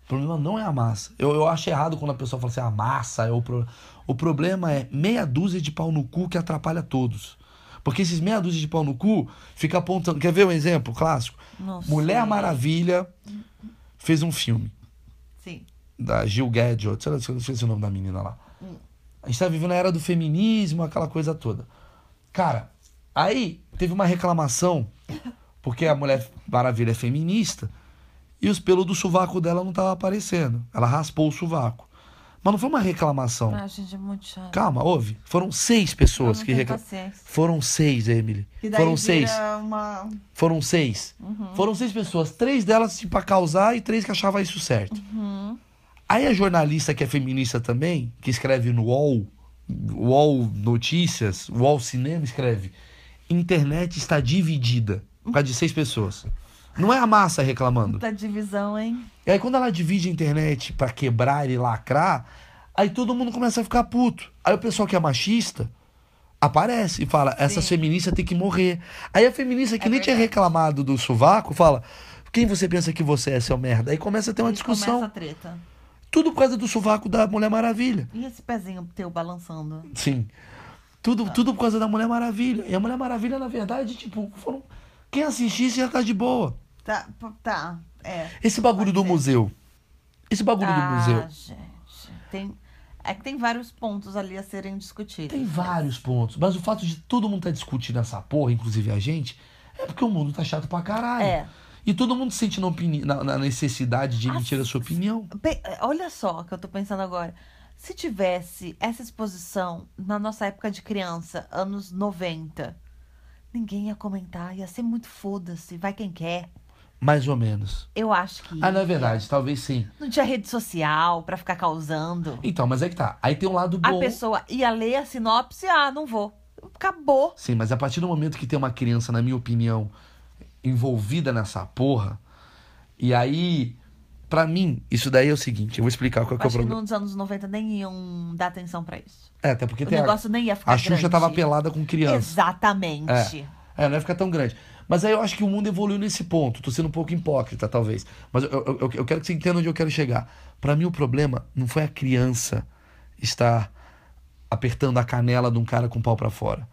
Speaker 1: O problema não é a massa. Eu, eu acho errado quando a pessoa fala assim, a massa é o problema. O problema é meia dúzia de pau no cu que atrapalha todos. Porque esses meia dúzia de pau no cu fica apontando. Quer ver um exemplo clássico?
Speaker 3: Nossa.
Speaker 1: Mulher Maravilha fez um filme
Speaker 3: Sim.
Speaker 1: da Gil Gadot, sei lá, esqueci o nome da menina lá. A gente tá vivendo a era do feminismo, aquela coisa toda. Cara, aí teve uma reclamação, porque a Mulher Maravilha é feminista, e os pelos do sovaco dela não tava aparecendo. Ela raspou o sovaco. Mas não foi uma reclamação.
Speaker 3: Ah, gente, é muito chato.
Speaker 1: Calma, ouve. Foram seis pessoas
Speaker 3: Eu não
Speaker 1: que
Speaker 3: tenho
Speaker 1: reclamaram.
Speaker 3: paciência.
Speaker 1: Foram seis, Emily.
Speaker 2: E daí
Speaker 1: Foram
Speaker 2: vira
Speaker 1: seis.
Speaker 2: uma...
Speaker 1: Foram seis. Foram seis pessoas. Três delas tipo, pra causar e três que achavam isso certo. Aí a jornalista que é feminista também, que escreve no UOL, UOL Notícias, UOL Cinema, escreve: internet está dividida por causa de seis pessoas. Não é a massa reclamando.
Speaker 2: Da divisão, hein?
Speaker 1: E aí quando ela divide a internet pra quebrar e lacrar, aí todo mundo começa a ficar puto. Aí o pessoal que é machista aparece e fala: essa feminista tem que morrer. Aí a feminista que
Speaker 2: É
Speaker 1: nem tinha reclamado do sovaco fala: quem você pensa que você é, seu merda? Aí começa a ter uma
Speaker 2: E
Speaker 1: discussão.
Speaker 2: Começa a treta.
Speaker 1: Tudo por causa do sovaco da Mulher Maravilha.
Speaker 2: E esse pezinho teu balançando?
Speaker 1: Sim. Tudo, tudo por causa da Mulher Maravilha. E a Mulher Maravilha, na verdade, tipo, foram. Quem assistisse ia tá de boa.
Speaker 2: Tá, p- tá, é.
Speaker 1: Esse bagulho do
Speaker 2: ser.
Speaker 1: museu. Esse bagulho do museu.
Speaker 2: Ah, gente. Tem... É que tem vários pontos ali a serem discutidos.
Speaker 1: Tem vários pontos, mas o fato de todo mundo tá discutindo essa porra, inclusive a gente, é porque o mundo tá chato pra caralho.
Speaker 2: É.
Speaker 1: E todo mundo sente na, opini- na- na necessidade de emitir a sua opinião.
Speaker 2: Pe- é, Olha só o que eu tô pensando agora. Se tivesse essa exposição na nossa época de criança, anos 90, ninguém ia comentar, ia ser muito foda-se, vai quem quer.
Speaker 1: Mais ou menos.
Speaker 2: Eu acho que.
Speaker 1: Ah, não é verdade, talvez sim.
Speaker 2: Não tinha rede social pra ficar causando.
Speaker 1: Então, mas é que tá. Aí tem um lado
Speaker 2: A
Speaker 1: bom.
Speaker 2: pessoa ia ler a sinopse, ah, não vou. Acabou.
Speaker 1: Sim, mas a partir do momento que tem uma criança, na minha opinião, envolvida nessa porra, e aí, pra mim, isso daí é o seguinte, eu vou explicar qual que é o
Speaker 2: Acho que
Speaker 1: problema.
Speaker 2: nos anos 90 nem iam dar atenção pra isso.
Speaker 1: É, até porque
Speaker 2: o
Speaker 1: tem a-
Speaker 2: negócio nem ia ficar
Speaker 1: a Xuxa
Speaker 2: grande.
Speaker 1: tava pelada com criança.
Speaker 2: Exatamente.
Speaker 1: É, não vai ficar tão grande. Mas aí eu acho que o mundo evoluiu nesse ponto. Tô sendo um pouco hipócrita, talvez. Mas eu, eu- eu- eu quero que você entenda onde eu quero chegar. Pra mim, o problema não foi a criança estar apertando a canela de um cara com o pau pra fora.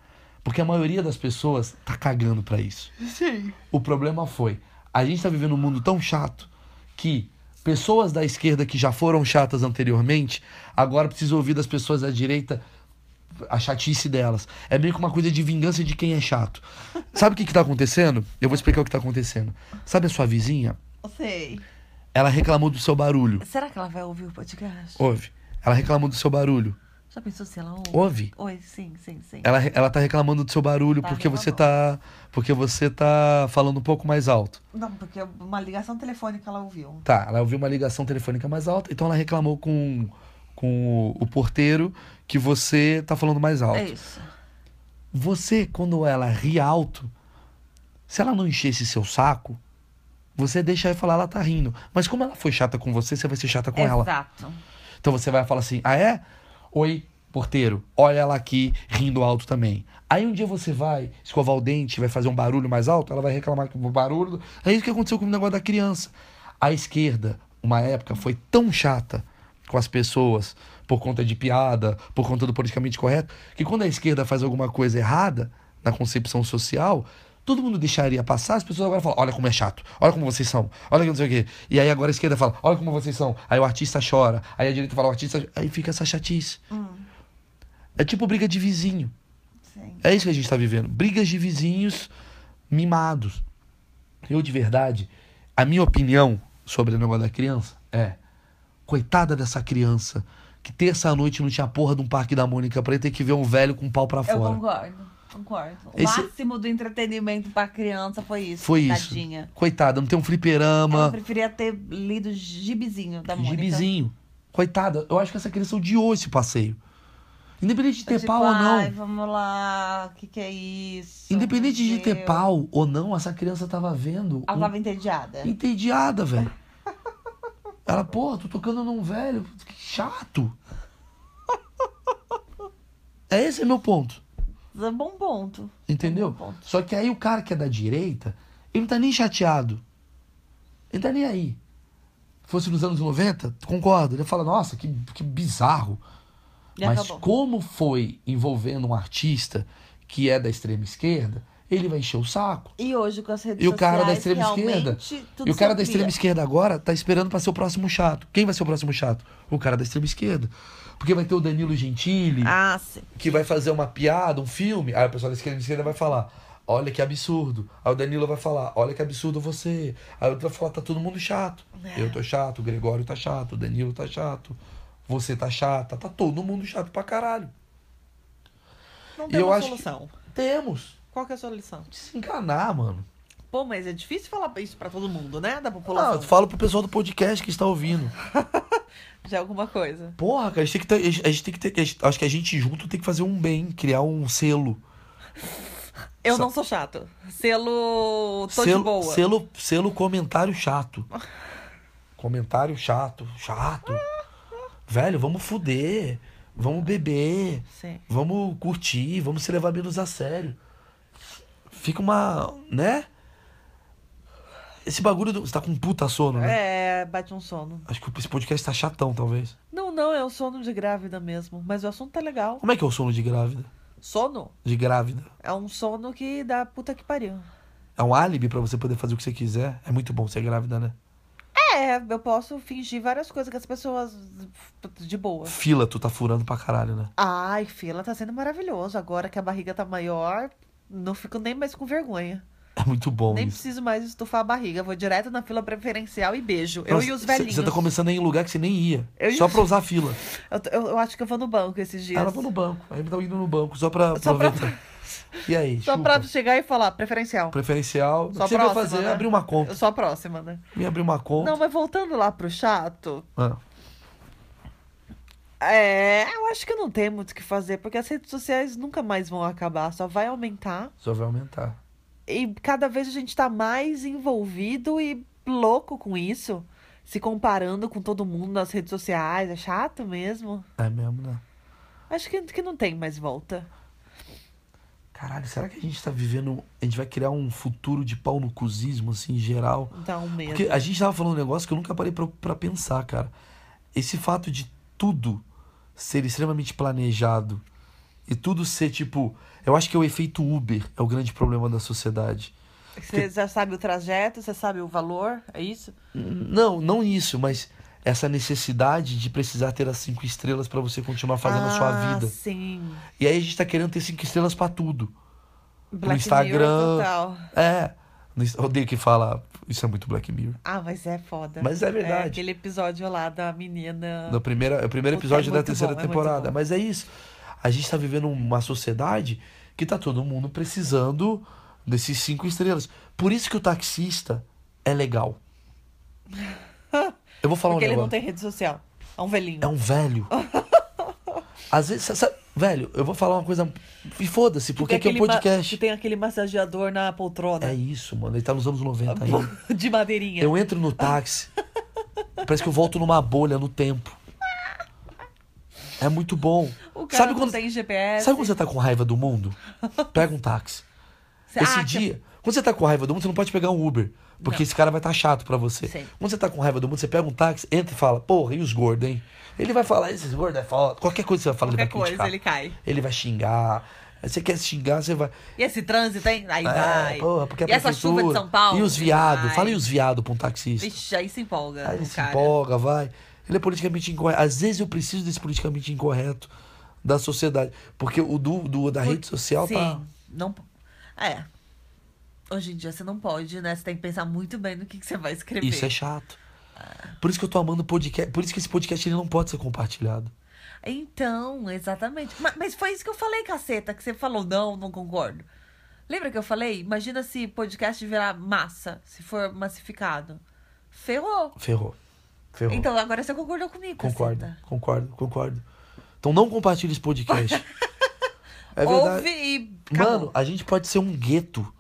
Speaker 1: Porque a maioria das pessoas tá cagando pra isso.
Speaker 2: Sim.
Speaker 1: O problema foi, a gente tá vivendo um mundo tão chato que pessoas da esquerda que já foram chatas anteriormente, agora precisam ouvir das pessoas da direita a chatice delas. É meio que uma coisa de vingança de quem é chato. Sabe o que que tá acontecendo? Eu vou explicar o que tá acontecendo. Sabe a sua vizinha?
Speaker 2: Sei.
Speaker 1: Ela reclamou do seu barulho.
Speaker 2: Será que ela vai ouvir o podcast?
Speaker 1: Ouve. Ela reclamou do seu barulho.
Speaker 2: Já pensou se ela ouve?
Speaker 1: Ouve.
Speaker 2: Oi, sim, sim, sim.
Speaker 1: Ela, re- ela tá reclamando do seu barulho
Speaker 2: Tá
Speaker 1: porque você tá porque você tá falando um pouco mais alto.
Speaker 2: Não, porque é uma ligação telefônica ela ouviu.
Speaker 1: Tá, ela ouviu uma ligação telefônica mais alta, então ela reclamou com, com o, o porteiro que você tá falando mais alto.
Speaker 2: É isso.
Speaker 1: Você, quando ela ri alto, se ela não enchesse seu saco, você deixa ela falar, ela tá rindo. Mas como ela foi chata com você, você vai ser chata com
Speaker 2: É
Speaker 1: ela.
Speaker 2: Exato.
Speaker 1: Então você vai falar assim: ah, é? Oi, porteiro, olha ela aqui rindo alto também. Aí um dia você vai escovar o dente, vai fazer um barulho mais alto, ela vai reclamar que o barulho. É isso que aconteceu com o negócio da criança. A esquerda, uma época, foi tão chata com as pessoas por conta de piada, por conta do politicamente correto, que quando a esquerda faz alguma coisa errada na concepção social, todo mundo deixaria passar, as pessoas agora falam, olha como é chato, olha como vocês são, olha que não sei o quê. E aí agora a esquerda fala, olha como vocês são. Aí o artista chora, aí a direita fala, o artista... Aí fica essa chatice. É tipo briga de vizinho.
Speaker 2: Sim.
Speaker 1: É isso que a gente tá vivendo. Brigas de vizinhos mimados. Eu, de verdade, a minha opinião sobre o negócio da criança é: coitada dessa criança que terça-noite não tinha a porra de um parque da Mônica pra ele ter que ver um velho com um pau pra
Speaker 2: Eu
Speaker 1: fora.
Speaker 2: concordo. Concordo. O
Speaker 1: Esse-
Speaker 2: máximo do entretenimento pra criança foi isso.
Speaker 1: Foi isso.
Speaker 2: tadinha.
Speaker 1: Coitada, não tem um
Speaker 2: Ela É
Speaker 1: fliperama.
Speaker 2: preferia ter lido gibizinho da Mônica.
Speaker 1: Gibizinho.
Speaker 2: então.
Speaker 1: Coitada, eu acho que essa criança odiou esse passeio. Independente de ter
Speaker 2: Tipo,
Speaker 1: pau ou não.
Speaker 2: Ai, vamos lá, o que, que é isso?
Speaker 1: Independente
Speaker 2: Meu
Speaker 1: de ter
Speaker 2: Deus.
Speaker 1: pau ou não, essa criança tava vendo.
Speaker 2: Ela
Speaker 1: um-
Speaker 2: tava entediada.
Speaker 1: entediada, velho. Ela, pô, tô tocando num velho. Que chato. É esse é meu ponto.
Speaker 2: É um bom É ponto.
Speaker 1: Entendeu? Só que aí o cara que é da direita, ele não tá nem chateado. Ele tá nem aí. Fosse nos anos 90, tu concorda? Ele fala, nossa, que, que bizarro.
Speaker 2: E
Speaker 1: Mas
Speaker 2: acabou.
Speaker 1: como foi envolvendo um artista que é da extrema esquerda, ele vai encher o saco.
Speaker 2: E hoje com as redes
Speaker 1: E o
Speaker 2: sociais.
Speaker 1: cara da extrema esquerda?
Speaker 2: realmente, tudo
Speaker 1: E o cara
Speaker 2: se
Speaker 1: da extrema
Speaker 2: amplia.
Speaker 1: esquerda agora tá esperando pra ser o próximo chato. Quem vai ser o próximo chato? O cara da extrema esquerda. Porque vai ter o Danilo Gentili,
Speaker 2: Ah, sim.
Speaker 1: que vai fazer uma piada, um filme. Aí o pessoal da esquerda, esquerda vai falar: Olha que absurdo. Aí o Danilo vai falar: Olha que absurdo você. Aí o outro vai falar: Tá todo mundo chato.
Speaker 2: É.
Speaker 1: Eu tô chato, o Gregório tá chato, o Danilo tá chato, você tá chata. Tá todo mundo chato pra caralho.
Speaker 2: Não
Speaker 1: E
Speaker 2: tem
Speaker 1: eu
Speaker 2: uma
Speaker 1: acho que-
Speaker 2: solução.
Speaker 1: Temos.
Speaker 2: Qual que é a solução?
Speaker 1: Desencanar, mano.
Speaker 2: Pô, mas é difícil falar isso pra todo mundo, né? Da
Speaker 1: Não,
Speaker 2: população.
Speaker 1: eu falo pro pessoal do podcast que está ouvindo.
Speaker 2: Já é alguma coisa.
Speaker 1: Porra, cara, a gente tem que ter. A gente tem que ter a gente- acho que a gente junto tem que fazer um bem, criar um selo.
Speaker 2: Eu
Speaker 1: Sa-
Speaker 2: não sou chato. Selo. Tô
Speaker 1: selo,
Speaker 2: de boa.
Speaker 1: Selo, selo comentário chato. comentário chato, chato. Velho, vamos fuder. Vamos beber.
Speaker 2: Sim.
Speaker 1: Vamos curtir. Vamos se levar menos a sério. Fica uma. né? Esse bagulho do. Você tá com um puta sono, né?
Speaker 2: É, bate um sono.
Speaker 1: Acho que esse podcast tá chatão, talvez.
Speaker 2: Não, não, é o sono de grávida mesmo. Mas o assunto tá legal.
Speaker 1: Como é que é o sono de grávida?
Speaker 2: Sono
Speaker 1: De grávida?
Speaker 2: é um sono que dá puta que pariu.
Speaker 1: É um álibi pra você poder fazer o que você quiser. É muito bom ser grávida, né?
Speaker 2: É, eu posso fingir várias coisas que as pessoas. de boa.
Speaker 1: Fila, tu tá furando pra caralho, né?
Speaker 2: Ai, fila tá sendo maravilhoso. Agora que a barriga tá maior, não fico nem mais com vergonha.
Speaker 1: É muito bom
Speaker 2: nem
Speaker 1: isso.
Speaker 2: preciso mais estufar a barriga. Vou direto na fila preferencial e beijo. Eu
Speaker 1: Nossa,
Speaker 2: e os
Speaker 1: cê-
Speaker 2: velhinhos.
Speaker 1: Você tá começando a ir em lugar que você nem ia.
Speaker 2: Eu e
Speaker 1: só
Speaker 2: os-
Speaker 1: pra usar a fila.
Speaker 2: eu, t- eu- eu acho que eu vou no banco esses dias.
Speaker 1: Ela vai no banco. Aí tá indo no banco, só pra
Speaker 2: Só pra- [laughs]
Speaker 1: aproveitar. E aí?
Speaker 2: Só
Speaker 1: chupa.
Speaker 2: pra chegar e falar, preferencial.
Speaker 1: Preferencial.
Speaker 2: Só
Speaker 1: o que você vai
Speaker 2: próxima,
Speaker 1: fazer?
Speaker 2: né?
Speaker 1: Abrir uma conta.
Speaker 2: Eu sou a próxima, né?
Speaker 1: Me abrir uma conta.
Speaker 2: Não, mas voltando lá pro chato,
Speaker 1: Ah,
Speaker 2: é, eu acho que não tem muito o que fazer, porque as redes sociais nunca mais vão acabar, só vai aumentar.
Speaker 1: só vai aumentar.
Speaker 2: E cada vez a gente tá mais envolvido e louco com isso, se comparando com todo mundo nas redes sociais, é chato mesmo.
Speaker 1: É mesmo, né?
Speaker 2: Acho que, que não tem mais volta.
Speaker 1: Caralho, será que a gente tá vivendo. A gente vai criar um futuro de pau no cuzismo, assim, geral?
Speaker 2: Dá um medo.
Speaker 1: Porque a gente tava falando um negócio que eu nunca parei pra, pra pensar, cara. Esse fato de tudo ser extremamente planejado e tudo ser tipo. Eu acho que é o efeito Uber é o grande problema da sociedade.
Speaker 2: Você já sabe o trajeto, você sabe o valor, é isso?
Speaker 1: N- Não, não isso, mas essa necessidade de precisar ter as cinco estrelas pra você continuar fazendo a sua
Speaker 2: Ah,
Speaker 1: vida.
Speaker 2: Sim.
Speaker 1: E aí a gente tá querendo ter cinco estrelas pra tudo.
Speaker 2: Black Mirror
Speaker 1: Instagram.
Speaker 2: total.
Speaker 1: É. No Inst- Odeio que fala. Isso é muito Black Mirror.
Speaker 2: Ah, mas é foda.
Speaker 1: Mas é
Speaker 2: É
Speaker 1: verdade.
Speaker 2: aquele episódio lá da menina.
Speaker 1: No primeiro, é o primeiro
Speaker 2: Puta,
Speaker 1: episódio
Speaker 2: é
Speaker 1: da
Speaker 2: muito
Speaker 1: terceira
Speaker 2: bom, é muito
Speaker 1: temporada.
Speaker 2: bom.
Speaker 1: Mas é isso. A gente tá vivendo uma sociedade que tá todo mundo precisando desses cinco estrelas. Por isso que o taxista é
Speaker 2: [laughs]
Speaker 1: legal. Eu vou falar
Speaker 2: Porque
Speaker 1: um
Speaker 2: ele não
Speaker 1: negócio.
Speaker 2: tem rede social. É um velhinho.
Speaker 1: É um
Speaker 2: [laughs]
Speaker 1: velho. Às vezes, sa- sa- velho, eu vou falar uma coisa. E foda-se, porque aqui é um
Speaker 2: aquele ma-
Speaker 1: podcast.
Speaker 2: Que tem aquele massageador na poltrona.
Speaker 1: É isso, mano. Ele tá nos anos 90 ainda.
Speaker 2: [laughs] De madeirinha.
Speaker 1: Eu entro no táxi. parece que eu volto numa bolha no tempo. É muito bom.
Speaker 2: O cara
Speaker 1: Sabe
Speaker 2: não
Speaker 1: quando,
Speaker 2: tem GPS.
Speaker 1: sabe quando você tá com raiva do mundo? Pega um táxi.
Speaker 2: Você-
Speaker 1: Esse
Speaker 2: Ah, que-
Speaker 1: dia. Quando você tá com raiva do mundo, você não pode pegar um Uber. Porque
Speaker 2: Não.
Speaker 1: esse cara vai estar chato pra você.
Speaker 2: Sim.
Speaker 1: Quando você tá com raiva do mundo, você pega um táxi, entra e fala, porra, e os gordos, hein? Ele vai falar, esses gordos é foda. Qualquer coisa que você vai falar,
Speaker 2: Qualquer
Speaker 1: ele vai
Speaker 2: coisa,
Speaker 1: criticar.
Speaker 2: ele cai.
Speaker 1: Ele vai xingar. Aí Você quer xingar, você vai.
Speaker 2: E esse trânsito, hein? Aí vai.
Speaker 1: É, porra, porque a
Speaker 2: e essa chuva de
Speaker 1: prefeitura-
Speaker 2: São Paulo.
Speaker 1: E os viados.
Speaker 2: Ai.
Speaker 1: Fala e os viados pra um taxista.
Speaker 2: Vixe, aí se empolga.
Speaker 1: Aí Ah, ele
Speaker 2: o
Speaker 1: se
Speaker 2: cara.
Speaker 1: empolga, vai. Ele é politicamente incorreto. Às vezes eu preciso desse politicamente incorreto da sociedade. Porque o do, do- da rede social
Speaker 2: Sim.
Speaker 1: tá.
Speaker 2: Não... É. Hoje em dia você não pode, né? Você tem que pensar muito bem no que, que você vai escrever.
Speaker 1: Isso é chato. Por isso que eu tô amando podcast. Por isso que esse podcast ele não pode ser compartilhado.
Speaker 2: Então, exatamente. Ma- Mas, foi isso que eu falei, caceta, que você falou, não, não concordo. Lembra que eu falei? Imagina se podcast virar massa, se for massificado. Ferrou.
Speaker 1: Ferrou. Ferrou.
Speaker 2: Então, tá. agora você concordou comigo,
Speaker 1: concordo,
Speaker 2: caceta.
Speaker 1: concordo, concordo. Então não compartilhe esse podcast.
Speaker 2: [laughs]
Speaker 1: é
Speaker 2: Ouve
Speaker 1: verdade.
Speaker 2: e
Speaker 1: Mano,
Speaker 2: acabou.
Speaker 1: a gente pode ser um gueto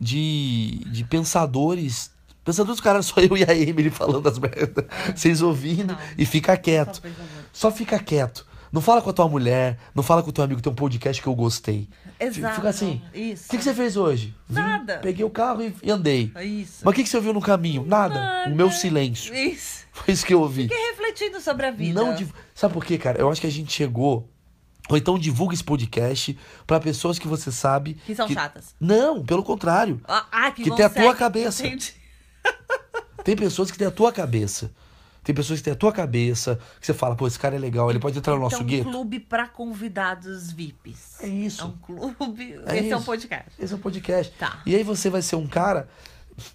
Speaker 1: de, de pensadores. Pensadores, cara, [laughs] só eu e a Emily falando as merdas. Vocês ouvindo
Speaker 2: Não.
Speaker 1: e fica
Speaker 2: Só
Speaker 1: quieto.
Speaker 2: pra fazer.
Speaker 1: Só fica quieto. Não fala com a tua mulher, não fala com o teu amigo, tem um podcast que eu gostei.
Speaker 2: Exato.
Speaker 1: Fica assim.
Speaker 2: Isso.
Speaker 1: O que, que você fez hoje?
Speaker 2: Nada.
Speaker 1: Peguei o carro e e andei.
Speaker 2: Isso.
Speaker 1: Mas o que, que você ouviu no caminho? Nada. O meu silêncio. [laughs]
Speaker 2: Isso.
Speaker 1: Foi isso que eu ouvi.
Speaker 2: Fiquei refletindo sobre a vida.
Speaker 1: Não div- Sabe por quê, cara? Eu acho que a gente chegou Ou então divulga esse podcast pra pessoas que você sabe.
Speaker 4: Que são chatas.
Speaker 1: Não, pelo contrário.
Speaker 4: Ah, ah, que
Speaker 1: Que
Speaker 4: vão
Speaker 1: tem a tua
Speaker 4: ser-
Speaker 1: cabeça.
Speaker 4: Entendi.
Speaker 1: Tem pessoas que têm a tua cabeça. Tem pessoas que têm a tua cabeça, que você fala, pô, esse cara é legal, ele pode entrar no nosso
Speaker 4: então,
Speaker 1: gueto.
Speaker 4: um clube pra convidados VIPs.
Speaker 1: É isso.
Speaker 4: É um clube.
Speaker 1: É
Speaker 4: Esse é um
Speaker 1: isso.
Speaker 4: podcast.
Speaker 1: Esse é o podcast.
Speaker 4: Tá.
Speaker 1: E aí você vai ser um cara.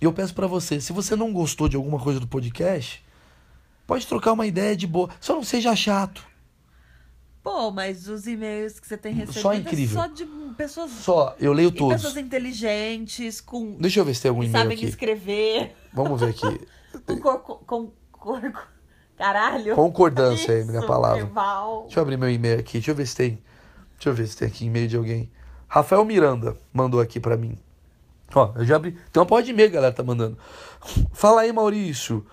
Speaker 1: Eu peço pra você, se você não gostou de alguma coisa do podcast, pode trocar uma ideia de boa. Só não seja chato.
Speaker 4: Pô, mas os e-mails que você tem recebido
Speaker 1: Só
Speaker 4: é
Speaker 1: incrível.
Speaker 4: só de pessoas.
Speaker 1: Só, eu leio
Speaker 4: e
Speaker 1: todos.
Speaker 4: pessoas inteligentes, com.
Speaker 1: Deixa eu ver se tem algum
Speaker 4: que
Speaker 1: e-mail
Speaker 4: sabem
Speaker 1: aqui.
Speaker 4: escrever.
Speaker 1: Vamos ver
Speaker 4: [laughs]
Speaker 1: aqui.
Speaker 4: Com. cor- com, com, com caralho.
Speaker 1: Concordância aí, minha
Speaker 4: Isso,
Speaker 1: palavra.
Speaker 4: rival.
Speaker 1: Deixa eu abrir meu e-mail aqui, deixa eu ver se tem. Deixa eu ver se tem aqui e-mail de alguém. Rafael Miranda mandou aqui pra mim. Ó, eu já abri. Tem uma porra de e-mail, galera, tá mandando. Fala aí, Maurício.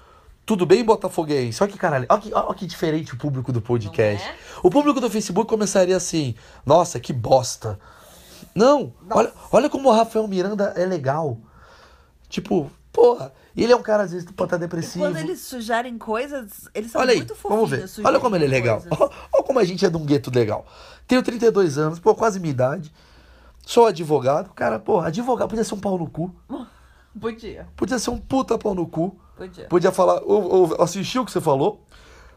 Speaker 1: Tudo bem, Botafoguense? Olha que caralho. Olha que, olha que diferente o público do podcast.
Speaker 4: Não é?
Speaker 1: O público do Facebook começaria assim: Nossa, que bosta. Não, olha, olha como o Rafael Miranda é legal. Tipo, porra, ele é um cara às vezes pra estar
Speaker 4: E
Speaker 1: depressivo.
Speaker 4: quando eles sugerem coisas, eles são
Speaker 1: Olha aí,
Speaker 4: Tá muito fofinhos.
Speaker 1: vamos ver. Olha como ele é
Speaker 4: sugerindo
Speaker 1: legal.
Speaker 4: coisas.
Speaker 1: Olha como a gente é de um gueto legal. Tenho 32 anos, pô, quase minha idade. Sou advogado. Cara, pô, advogado podia ser um pau no cu.
Speaker 2: Podia.
Speaker 1: Podia ser um puta pau no cu.
Speaker 2: Podia.
Speaker 1: Podia falar, ou, assistiu o que você falou.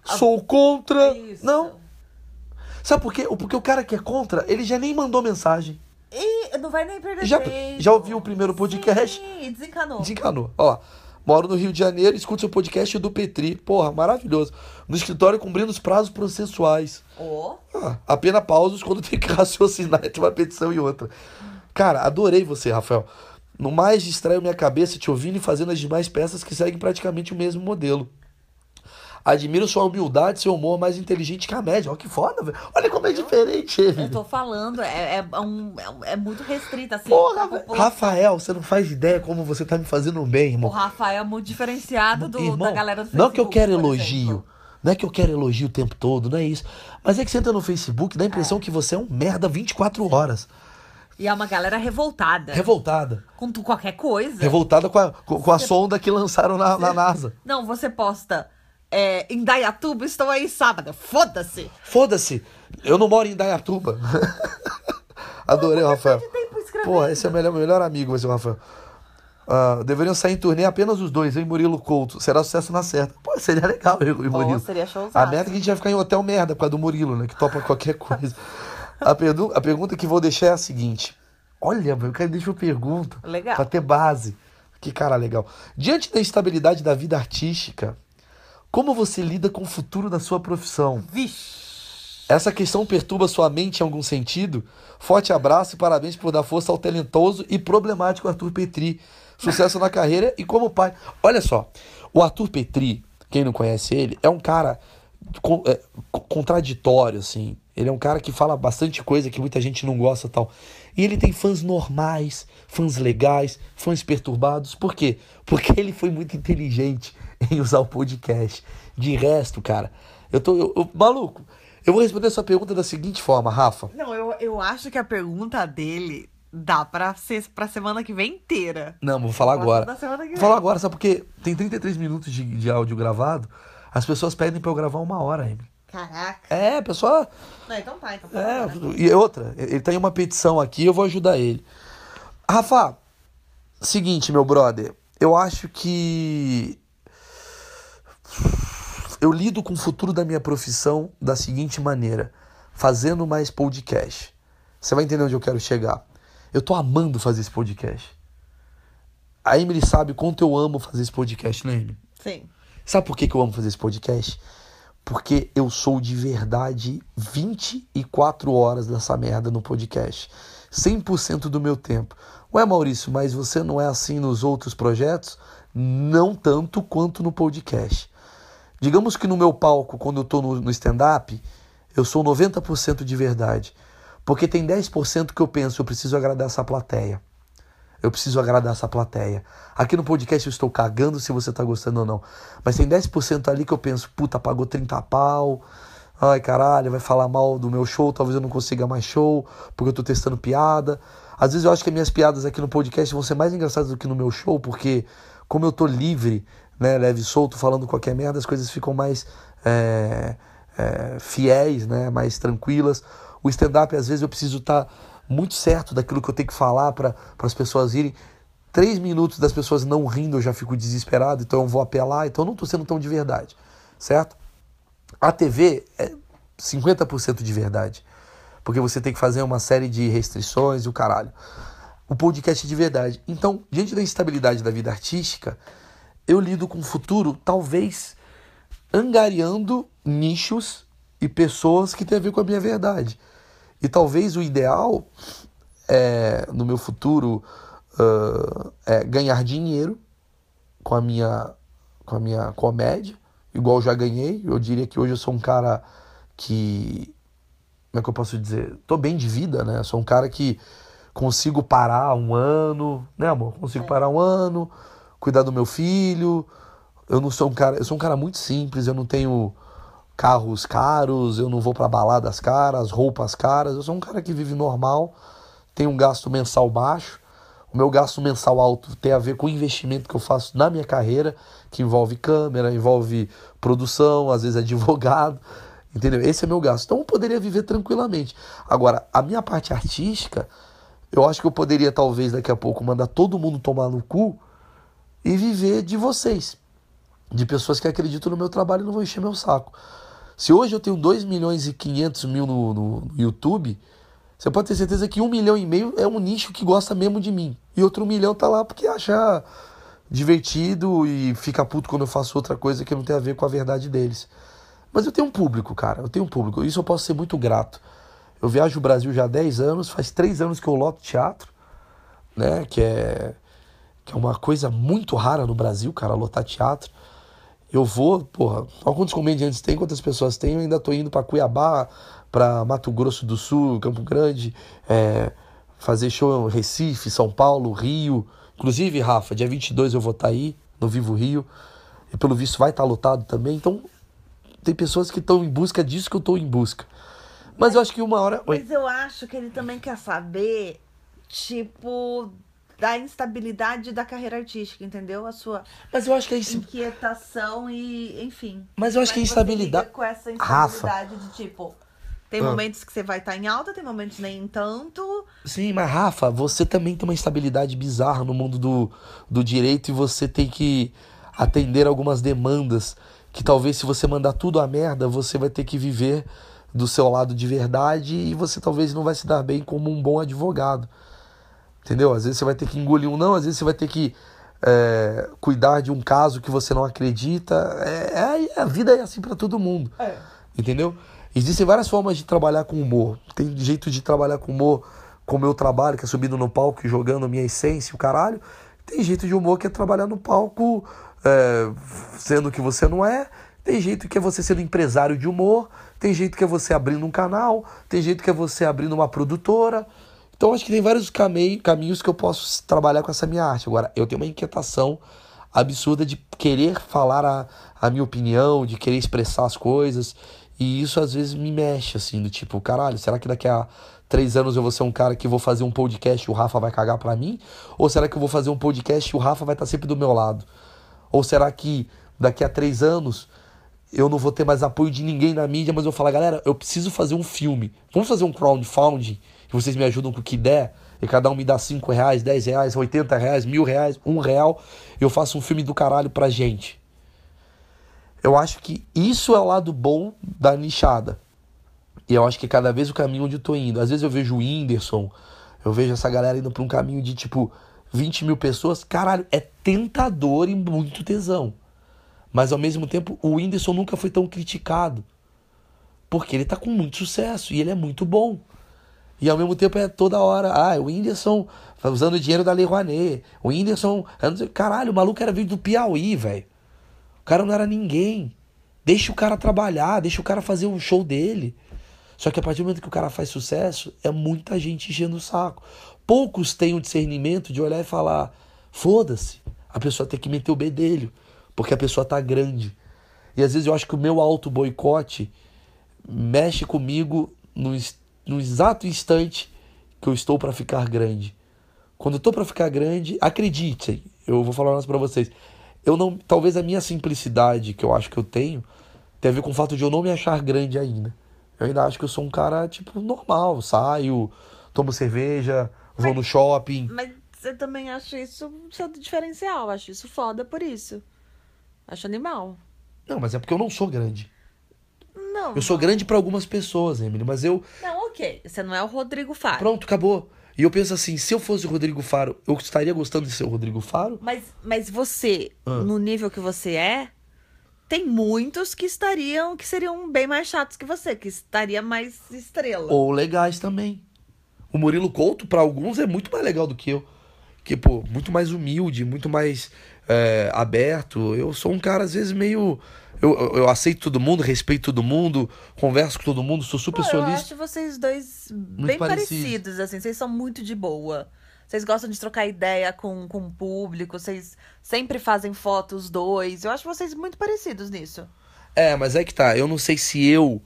Speaker 1: Sou contra.
Speaker 4: É
Speaker 2: Isso.
Speaker 1: Não. Sabe por quê? Porque o cara que é contra, ele já nem mandou mensagem.
Speaker 2: E não vai nem perder
Speaker 1: Já,
Speaker 2: tempo.
Speaker 1: já ouviu o primeiro podcast?
Speaker 2: Sim, desencanou.
Speaker 1: Desencanou. Ó, lá. moro no Rio de Janeiro, escuto seu podcast do Petri. Porra, maravilhoso. No escritório cumprindo os prazos processuais.
Speaker 2: Ó,
Speaker 1: Ah, apenas pausos quando tem que [laughs] raciocinar entre uma petição e outra. Cara, adorei você, Rafael. No mais, distraio minha cabeça te ouvindo e fazendo as demais peças que seguem praticamente o mesmo modelo. Admiro sua humildade, seu humor mais inteligente que a média. Olha que foda, velho. Olha como é diferente
Speaker 4: Eu
Speaker 1: ele.
Speaker 4: tô falando, é, é, um- é um- é muito restrita, assim.
Speaker 1: Porra,
Speaker 4: pra
Speaker 1: velho.
Speaker 4: população.
Speaker 1: Rafael, você não faz ideia como você tá me fazendo bem,
Speaker 4: O
Speaker 1: irmão.
Speaker 4: Rafael é muito diferenciado do,
Speaker 1: Irmão,
Speaker 4: da galera do Facebook.
Speaker 1: não é que eu quero
Speaker 4: por
Speaker 1: elogio.
Speaker 4: exemplo.
Speaker 1: Não é que eu quero elogio o tempo todo, não é isso. Mas é que você entra no Facebook, dá a impressão que você é um merda 24 horas.
Speaker 4: E é uma galera revoltada.
Speaker 1: Revoltada.
Speaker 4: Com tu- qualquer coisa.
Speaker 1: Revoltada com a, com, com a sonda que lançaram na, na NASA.
Speaker 4: Não, você posta é, em Dayatuba, estou aí sábado. Foda-se.
Speaker 1: Foda-se, eu não moro em
Speaker 2: [laughs]
Speaker 1: Indaiatuba. Adorei o Rafael.
Speaker 2: tempo escrevendo.
Speaker 1: Pô, esse é o melhor, meu melhor amigo, vai ser o Rafael. Ah, deveriam sair em turnê apenas os dois, eu e Murilo Couto. Será sucesso na certa. Pô, seria legal, eu e Murilo.
Speaker 2: seria
Speaker 1: a
Speaker 2: showzaço.
Speaker 1: meta é que a gente vai ficar em hotel merda por causa do Murilo, né? Que topa qualquer coisa. A, perdu- a pergunta que vou deixar é a seguinte. Olha, meu, o cara deixa uma pergunta.
Speaker 2: Legal.
Speaker 1: Pra ter base. Que cara legal. Diante da estabilidade da vida artística, como você lida com o futuro da sua profissão?
Speaker 2: Vixe.
Speaker 1: Essa questão perturba sua mente em algum sentido? Forte abraço e parabéns por dar força ao talentoso e problemático Arthur Petri. Sucesso na carreira e como pai. Olha só, o Arthur Petri, quem não conhece ele, é um cara con- é, co- contraditório, assim. Ele é um cara que fala bastante coisa que muita gente não gosta e tal. E ele tem fãs normais, fãs legais, fãs perturbados. Por quê? Porque ele foi muito inteligente [laughs] em usar o podcast. De resto, cara, eu tô. eu- eu- maluco, eu vou responder essa pergunta da seguinte forma, Rafa.
Speaker 4: Não, eu, eu acho que a pergunta dele dá pra, ser, pra semana que vem inteira.
Speaker 1: Não, vou falar agora.
Speaker 4: Da semana que
Speaker 1: Vou
Speaker 4: vem.
Speaker 1: falar agora, sabe porque tem 33 minutos de, de áudio gravado, as pessoas pedem pra eu gravar uma hora, Emily.
Speaker 4: Caraca.
Speaker 1: É, pessoal.
Speaker 4: Não, então tá, então fala
Speaker 2: né?
Speaker 4: agora.
Speaker 5: né?
Speaker 1: É, e outra, ele tem uma petição aqui, eu vou ajudar ele. Rafa, seguinte, meu brother, eu acho que eu lido com o futuro da minha profissão da seguinte maneira: fazendo mais podcast. Você vai entender onde eu quero chegar. Eu tô amando fazer esse podcast. A Emily sabe quanto eu amo fazer esse podcast, né, Emily?
Speaker 2: Sim.
Speaker 1: Sabe por que, que eu amo fazer esse podcast? Porque eu sou de verdade 24 horas dessa merda no podcast. 100% do meu tempo. Ué, Maurício, mas você não é assim nos outros projetos? Não tanto quanto no podcast. Digamos que no meu palco, quando eu tô no, no stand-up, eu sou 90% de verdade. Porque tem 10% que eu penso, eu preciso agradar essa plateia. Eu preciso agradar essa plateia. Aqui no podcast eu estou cagando se você tá gostando ou não. Mas tem 10% ali que eu penso, puta, pagou 30 pau. Ai, caralho, vai falar mal do meu show, talvez eu não consiga mais show, porque eu tô testando piada. Às vezes eu acho que as minhas piadas aqui no podcast vão ser mais engraçadas do que no meu show, porque como eu tô livre, né, leve e solto, falando qualquer eh, merda, as coisas ficam mais é, é, fiéis, né, mais tranquilas. O stand-up, às vezes, eu preciso estar muito certo daquilo que eu tenho que falar para as pessoas irem. Três minutos das pessoas não rindo, eu já fico desesperado, então eu vou apelar, então eu não estou sendo tão de verdade, certo? A TV é 50% de verdade, porque você tem que fazer uma série de restrições e o caralho. O podcast é de verdade. Então, diante da instabilidade da vida artística, eu lido com o futuro, talvez angariando nichos e pessoas que têm a ver com a minha verdade. E talvez o ideal é, no meu futuro uh, é ganhar dinheiro com a minha com a minha comédia, igual eu já ganhei. Eu diria que hoje eu sou um cara que como é que eu posso dizer? Tô bem de vida, né? Sou um cara que consigo parar um ano, né, amor? Consigo parar um ano, cuidar do meu filho. Eu não sou um cara, eu sou um cara muito simples, eu não tenho carros caros, eu não vou para baladas caras, roupas caras. Eu sou um cara que vive normal, tenho um gasto mensal baixo. O meu gasto mensal alto tem a ver com o investimento que eu faço na minha carreira, que envolve câmera, envolve produção, às vezes advogado, [laughs] entendeu? Esse é meu gasto. Então eu poderia viver tranquilamente. Agora, a minha parte artística, eu acho que eu poderia talvez daqui a pouco mandar todo mundo tomar no cu e viver de vocês, de pessoas que acreditam no meu trabalho e não vão encher meu saco. Se hoje eu tenho 2 milhões e 500 mil no, no, no YouTube, você pode ter certeza que 1 um milhão e meio é um nicho que gosta mesmo de mim. E outro milhão tá lá porque acha divertido e fica puto quando eu faço outra coisa que não tem a ver com a verdade deles. Mas eu tenho um público, cara. Eu tenho um público. Isso eu posso ser muito grato. Eu viajo o Brasil já há 10 anos, faz 3 anos que eu loto teatro, né? Que é, que é uma coisa muito rara no Brasil, cara, lotar teatro. Eu vou, porra, olha quantos comediantes tem, quantas pessoas tem, eu ainda tô indo para Cuiabá, para Mato Grosso do Sul, Campo Grande, é, fazer show em Recife, São Paulo, Rio. Inclusive, Rafa, dia 22 eu vou estar tá aí, no Vivo Rio, e pelo visto vai estar tá lotado também. Então, tem pessoas que estão em busca disso que eu tô em busca. Mas eu acho que uma hora. Oi.
Speaker 5: Mas eu acho que ele também quer saber, tipo, da instabilidade da carreira artística, entendeu? A sua
Speaker 1: Mas eu acho que é isso.
Speaker 5: inquietação e, enfim.
Speaker 1: Mas eu acho que a
Speaker 5: Mas você
Speaker 1: instabilidade-
Speaker 5: liga Com essa
Speaker 1: Rafa.
Speaker 5: instabilidade de tipo. Tem
Speaker 1: Ah.
Speaker 5: momentos que você vai estar em alta, tem momentos nem tanto.
Speaker 1: Sim, mas Rafa, você também tem uma instabilidade bizarra no mundo do, do direito e você tem que atender algumas demandas que talvez se você mandar tudo a merda, você vai ter que viver do seu lado de verdade e você talvez não vai se dar bem como um bom advogado. Entendeu? Às vezes você vai ter que engolir um não, às vezes você vai ter que é, cuidar de um caso que você não acredita. É, é- a vida é assim pra todo mundo. Entendeu? Existem várias formas de trabalhar com humor. Tem jeito de trabalhar com humor, como eu trabalho, que é subindo no palco e jogando minha essência, e o caralho. Tem jeito de humor que é trabalhar no palco é, sendo que você não é. Tem jeito que é você sendo empresário de humor. Tem jeito que é você abrindo um canal. Tem jeito que é você abrindo uma produtora. Então acho que tem vários camei- caminhos que eu posso trabalhar com essa minha arte. Agora, eu tenho uma inquietação absurda de querer falar a, a minha opinião, de querer expressar as coisas. E isso às vezes me mexe, assim, do tipo, caralho, será que daqui a três anos eu vou ser um cara que vou fazer um podcast e o Rafa vai cagar pra mim? Ou será que eu vou fazer um podcast e o Rafa vai estar sempre do meu lado? Ou será que daqui a três anos eu não vou ter mais apoio de ninguém na mídia, mas eu vou falar, galera, eu preciso fazer um filme. Vamos fazer um crowdfunding? Que vocês me ajudam com o que der. E cada um me dá 5 reais, 10 reais, 80 reais, mil reais, um real. E eu faço um filme do caralho pra gente. Eu acho que isso é o lado bom da nichada. E eu acho que cada vez o caminho onde eu tô indo. Às vezes eu vejo o Whindersson, eu vejo essa galera indo pra um caminho de tipo 20 mil pessoas. Caralho, é tentador e muito tesão. Mas ao mesmo tempo, o Whindersson nunca foi tão criticado. Porque ele tá com muito sucesso e ele é muito bom. E ao mesmo tempo é toda hora, ah, o Whindersson tá usando o dinheiro da Lei Rouanet. O Whindersson, eu não sei- caralho, o maluco era vindo do Piauí, velho. O cara não era ninguém. Deixa o cara trabalhar, deixa o cara fazer o show dele. Só que a partir do momento que o cara faz sucesso, é muita gente enchendo o saco. Poucos têm o discernimento de olhar e falar: foda-se, a pessoa tem que meter o bedelho, porque a pessoa tá grande. E às vezes eu acho que o meu auto-boicote mexe comigo no, ins- no exato instante que eu estou para ficar grande. Quando eu estou para ficar grande, acreditem, eu vou falar um negócio para vocês. Eu não, talvez a minha simplicidade que eu acho que eu tenho tenha a ver com o fato de eu não me achar grande ainda. Eu ainda acho que eu sou um cara, tipo, normal. Saio, tomo cerveja, vou no shopping.
Speaker 2: Mas eu também acho isso seu diferencial. Acho isso foda por isso. Acho animal.
Speaker 1: Não, mas é porque eu não sou grande.
Speaker 2: Não.
Speaker 1: Eu sou grande pra algumas pessoas, Emily, mas eu.
Speaker 2: Não, ok. Você não é o Rodrigo Faro.
Speaker 1: Pronto, acabou. E eu penso assim: se eu fosse o Rodrigo Faro, eu estaria gostando de ser o Rodrigo Faro?
Speaker 2: Mas, mas você,
Speaker 1: Ah.
Speaker 2: no nível que você é, tem muitos que estariam, que seriam bem mais chatos que você, que estaria mais estrela.
Speaker 1: Ou legais também. O Murilo Couto, pra alguns, é muito mais legal do que eu. Que, pô, muito mais humilde, muito mais é, aberto. Eu sou um cara, às vezes, meio. Eu, eu- eu aceito todo mundo, respeito todo mundo, converso com todo mundo, sou super
Speaker 2: Ah, eu
Speaker 1: solista.
Speaker 2: acho vocês dois bem
Speaker 1: parecidos.
Speaker 2: parecidos. assim. Vocês são muito de boa. Vocês gostam de trocar ideia com, com o público, vocês sempre fazem fotos dois. Eu acho vocês muito parecidos nisso.
Speaker 1: É, mas é que tá. Eu não sei se eu,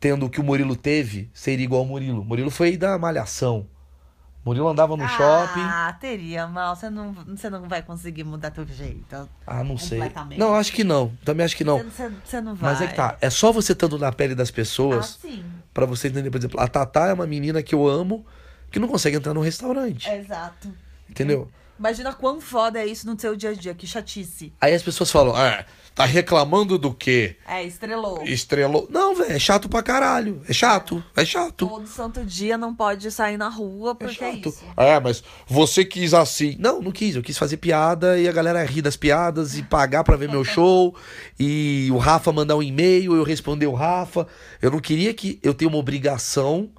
Speaker 1: tendo o que o Murilo teve, seria igual ao Murilo. O Murilo foi da malhação. O Murilo andava no shopping.
Speaker 6: Ah, teria, mal. Você não, você não vai conseguir mudar teu jeito.
Speaker 1: Ah, não sei.
Speaker 6: Completamente.
Speaker 1: Não, acho que não. Também acho que não.
Speaker 6: Você, você- você não vai.
Speaker 1: Mas é que tá. É só você estando na pele das
Speaker 6: Ah,
Speaker 1: pessoas
Speaker 6: sim.
Speaker 1: pra você entender. Por exemplo, a Tatá é uma menina que eu amo que não consegue entrar num restaurante.
Speaker 2: É.
Speaker 6: Exato.
Speaker 1: Entendeu?
Speaker 2: Imagina quão foda é isso no seu dia a dia, que chatice.
Speaker 1: Aí as pessoas falam, ah, tá reclamando do quê?
Speaker 2: É, estrelou.
Speaker 1: Estrelou. Não, velho, é chato pra caralho. É chato, é chato.
Speaker 2: Todo santo dia não pode sair na rua porque é, isso.
Speaker 1: É, mas você quis assim. Não, não quis. Eu quis fazer piada e a galera rir das piadas e pagar pra ver meu
Speaker 2: [laughs]
Speaker 1: show. E o Rafa mandar um e-mail, eu responder o Rafa. Eu não queria que eu tenha uma obrigação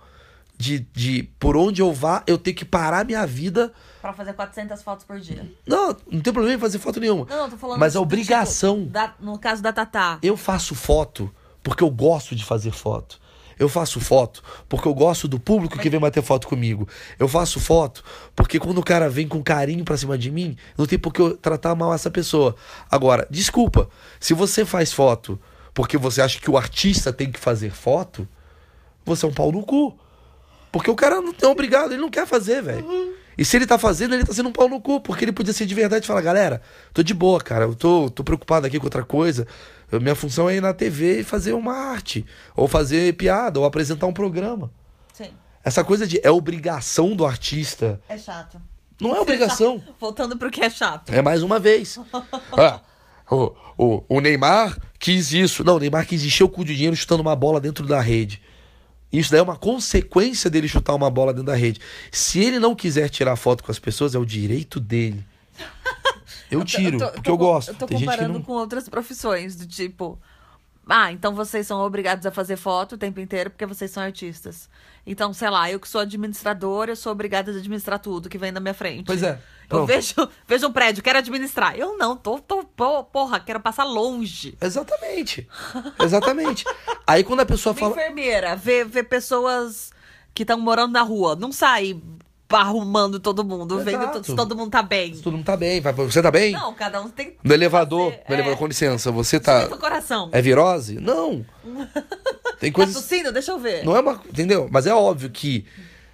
Speaker 1: de, de por onde eu vá, eu ter que parar minha vida.
Speaker 2: Pra fazer 400 fotos por dia.
Speaker 1: Não, não tem problema em fazer foto nenhuma.
Speaker 2: Não, não, tô falando.
Speaker 1: Mas a
Speaker 2: tipo,
Speaker 1: obrigação.
Speaker 2: da- no caso da Tatá.
Speaker 1: Eu faço foto porque eu gosto de fazer foto. Eu faço foto porque eu gosto do público que vem bater foto comigo. Eu faço foto porque quando o cara vem com carinho pra cima de mim, não tem por que eu tratar mal essa pessoa. Agora, desculpa, se você faz foto porque você acha que o artista tem que fazer foto, você é um pau no cu. Porque o cara não é obrigado, ele não quer fazer, velho. E se ele tá fazendo, ele tá sendo um pau no cu, porque ele podia ser de verdade e falar, galera, tô de boa, cara, eu tô, tô preocupado aqui com outra coisa. Eu- Minha função é ir na TV e fazer uma arte, ou fazer piada, ou apresentar um programa.
Speaker 6: Sim.
Speaker 1: Essa coisa de é obrigação do artista,
Speaker 6: É chato.
Speaker 2: tá
Speaker 1: não é obrigação.
Speaker 2: [laughs] Voltando pro que é chato.
Speaker 1: É mais uma
Speaker 2: [laughs]
Speaker 1: vez. Ah, o, o, o Neymar quis isso. Não, o Neymar quis encher o cu de dinheiro chutando uma bola dentro da rede. Isso daí é uma consequência dele chutar uma bola dentro da rede. Se ele não quiser tirar foto com as pessoas, é o direito
Speaker 2: [laughs]
Speaker 1: dele. Eu tiro,
Speaker 2: tô-
Speaker 1: porque
Speaker 2: tô
Speaker 1: eu
Speaker 2: com-
Speaker 1: gosto.
Speaker 2: Eu tô
Speaker 1: Tem gente que
Speaker 2: comparando
Speaker 1: não.
Speaker 2: com outras profissões, do tipo. Ah, então vocês são obrigados a fazer foto o tempo inteiro porque vocês são artistas. Então, sei lá, eu que sou administradora, eu sou obrigada a administrar tudo que vem na minha frente.
Speaker 1: Pois é.
Speaker 2: Eu
Speaker 1: pronto.
Speaker 2: vejo, [laughs] vejo um prédio, quero administrar. Eu não, tô, tô, pô, porra, quero passar longe.
Speaker 1: Exatamente. Exatamente. Aí quando a
Speaker 2: [laughs]
Speaker 1: pessoa
Speaker 2: Uma
Speaker 1: fala.
Speaker 2: enfermeira, vê, vê pessoas que estão morando na rua, não sai arrumando todo mundo, vendo
Speaker 1: Exato.
Speaker 2: to- se todo mundo tá bem.
Speaker 1: Todo mundo tá bem, vai, você tá bem?
Speaker 2: Não, cada um tem
Speaker 1: No elevador,
Speaker 2: Você-
Speaker 1: no
Speaker 2: é.
Speaker 1: elevador, com licença, você tá.
Speaker 2: seu coração.
Speaker 1: É virose?
Speaker 2: [laughs]
Speaker 1: Não. Tem
Speaker 2: Tá
Speaker 1: coisas.
Speaker 2: tossindo? Deixa eu ver.
Speaker 1: Não é uma. Entendeu? Mas é óbvio que.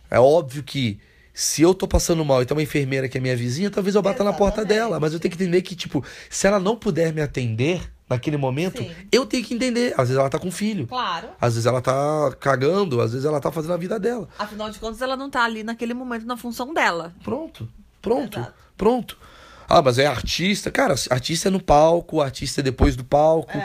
Speaker 1: É óbvio que. Se eu tô passando mal e tem uma enfermeira que é minha vizinha, talvez eu bata na porta dela. Mas eu tenho que entender que, tipo, se ela não puder me atender naquele momento,
Speaker 2: Sim.
Speaker 1: eu tenho que entender. Às vezes ela tá com filho.
Speaker 2: Claro.
Speaker 1: Às vezes ela tá cagando, às vezes ela tá fazendo a vida dela.
Speaker 2: Afinal de contas, ela não tá ali naquele momento na função dela.
Speaker 1: Pronto, pronto, pronto. Ah, mas é artista. Cara, artista é no palco, artista é depois do palco.